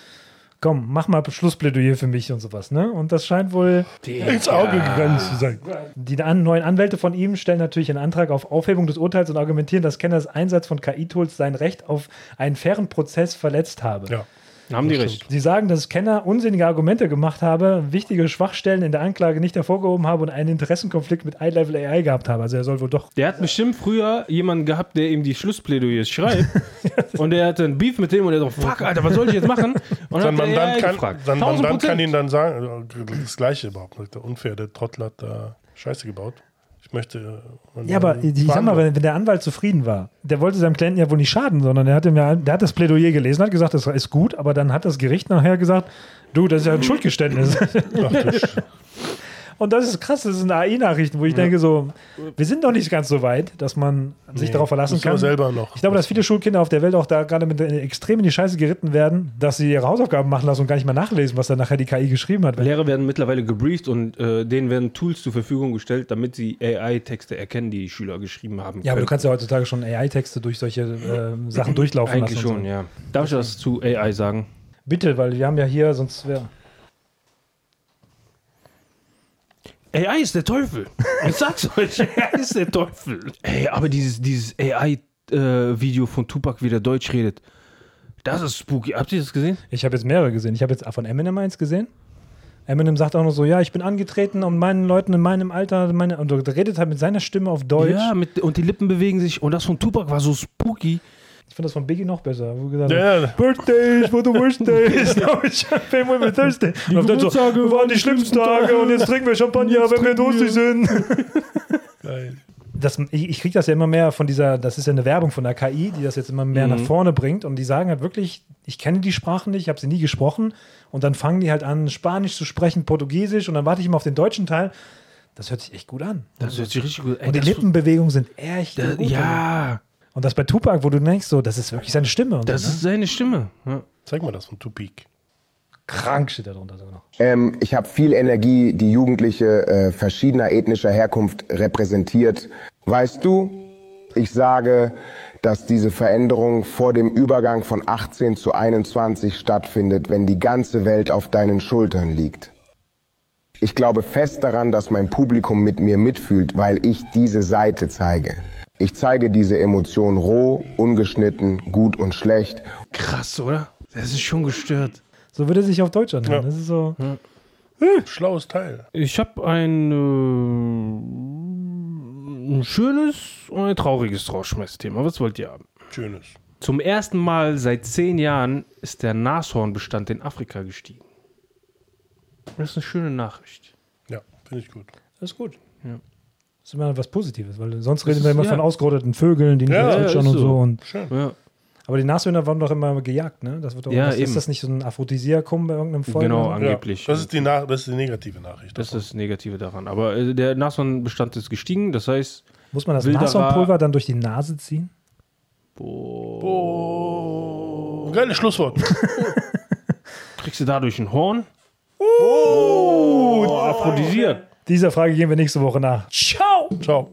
komm, mach mal Schlussplädoyer für mich und sowas. Ne? Und das scheint wohl Ins Auge gegangen zu sein. die an, neuen Anwälte von ihm stellen natürlich einen Antrag auf Aufhebung des Urteils und argumentieren, dass Kenners Einsatz von KI-Tools sein Recht auf einen fairen Prozess verletzt habe. Ja. Haben die recht. Sie sagen, dass Kenner unsinnige Argumente gemacht habe, wichtige Schwachstellen in der Anklage nicht hervorgehoben habe und einen Interessenkonflikt mit iLevel AI gehabt habe. Also er soll wohl doch. Der hat bestimmt früher jemanden gehabt, der ihm die Schlussplädoyers [laughs] schreibt. und der hatte einen Beef mit dem und der so, fuck, Alter, was soll ich jetzt machen? Und Sein hat der Mandant, AI kann, gefragt. sein 1000 Mandant kann Prozent. ihn dann sagen, äh, das gleiche überhaupt. Der unfair, der Trottel hat da Scheiße gebaut. Ich möchte. äh, Ja, aber ich sag mal, wenn, wenn der Anwalt zufrieden war, der wollte seinem Klienten ja wohl nicht schaden, sondern er hat, ihm ja, der hat das Plädoyer gelesen, hat gesagt, das ist gut, aber dann hat das Gericht nachher gesagt, du, das ist ja ein Schuldgeständnis. Ach, du [laughs] Sch- Und das ist krass, das sind AI-Nachrichten, wo ich denke so, wir sind noch nicht ganz so weit, dass man sich Nee, darauf verlassen müssen wir kann. selber noch. Ich glaube, dass viele Schulkinder auf der Welt auch da gerade mit äh, extrem in die Scheiße geritten werden, dass sie ihre Hausaufgaben machen lassen und gar nicht mal nachlesen, was dann nachher die KI geschrieben hat. Lehrer werden mittlerweile gebrieft und äh, denen werden Tools zur Verfügung gestellt, damit sie AI-Texte erkennen, die die Schüler geschrieben haben. Ja, aber du können. kannst ja heutzutage schon AI-Texte durch solche äh, Sachen durchlaufen Eigentlich lassen. und schon, so. ja. Darf ich das zu AI sagen? Bitte, weil wir haben ja hier, sonst wäre. AI ist der Teufel. Ich sag's euch, AI ist der Teufel. Ey, aber dieses, dieses AI-Video von Tupac, wie der Deutsch redet, das ist spooky. Habt ihr das gesehen? Ich habe jetzt mehrere gesehen. Ich habe jetzt von Eminem eins gesehen. Eminem sagt auch noch so, ja, ich bin angetreten und meinen Leuten in meinem Alter, meine, und er redet halt mit seiner Stimme auf Deutsch. Ja, mit, und die Lippen bewegen sich. Und das von Tupac war so spooky. Ich finde das von Biggie noch besser. Wo gesagt Ja, hat, [laughs] ja. Birthday is what the [laughs] worst day is. Now it's champagne when we're thirsty. Die und auf Deutsch so, Geburtstage "Wir waren die schlimmsten Tage und jetzt trinken wir Champagner, wenn wir durstig sind. Geil. das, ich, ich kriege das ja immer mehr von dieser, das ist ja eine Werbung von der KI, die das jetzt immer mehr Mhm. nach vorne bringt und die sagen halt wirklich, ich kenne die Sprachen nicht, ich habe sie nie gesprochen und dann fangen die halt an, Spanisch zu sprechen, Portugiesisch und dann warte ich immer auf den deutschen Teil. Das hört sich echt gut an. Das hört sich richtig gut Ey, und die das- Lippenbewegungen sind echt das- gut. äh, Ja, Und das bei Tupac, wo du denkst, so, das ist wirklich seine Stimme. Und das so, ne? ist seine Stimme. Ja. Zeig mal das von Tupac. krank steht da drunter sogar noch. Ähm, ich habe viel Energie, die Jugendliche äh, verschiedener ethnischer Herkunft repräsentiert. Weißt du, ich sage, dass diese Veränderung vor dem Übergang von 18 zu 21 stattfindet, wenn die ganze Welt auf deinen Schultern liegt. Ich glaube fest daran, dass mein Publikum mit mir mitfühlt, weil ich diese Seite zeige. Ich zeige diese Emotion roh, ungeschnitten, gut und schlecht Krass, oder? Das ist schon gestört. So würde sich auf Deutsch anhören. Ja. Das ist so. Hm. Schlaues Teil. Ich habe ein, äh, ein schönes und ein trauriges Rauschmessthema. Was wollt ihr haben? Schönes. Zum ersten Mal seit zehn Jahren ist der Nashornbestand in Afrika gestiegen. Das ist eine schöne Nachricht. Ja, finde ich gut. Das ist gut. Ja. Das ist immer was Positives, weil sonst Das reden ist- wir immer ja. von ausgerotteten Vögeln, die nicht Ja, mehr ja, zwitschern ist und so. so. Und Schön. Ja, Aber die Nashörner waren doch immer gejagt, ne? Das wird doch, Ja, das, eben. ist das nicht so ein Aphrodisiakum bei irgendeinem Volk? genau, oder so? angeblich. Ja, das, ist die Nach das ist die negative Nachricht. Das ist das Negative daran. Aber äh, der Nashornbestand ist gestiegen, das heißt, Muss man das Wilderer- Nashornpulver dann durch die Nase ziehen? oh, geiles Schlusswort. kriegst du dadurch ein Horn. Oh, aphrodisiert. Dieser Frage gehen wir nächste Woche nach. Ciao.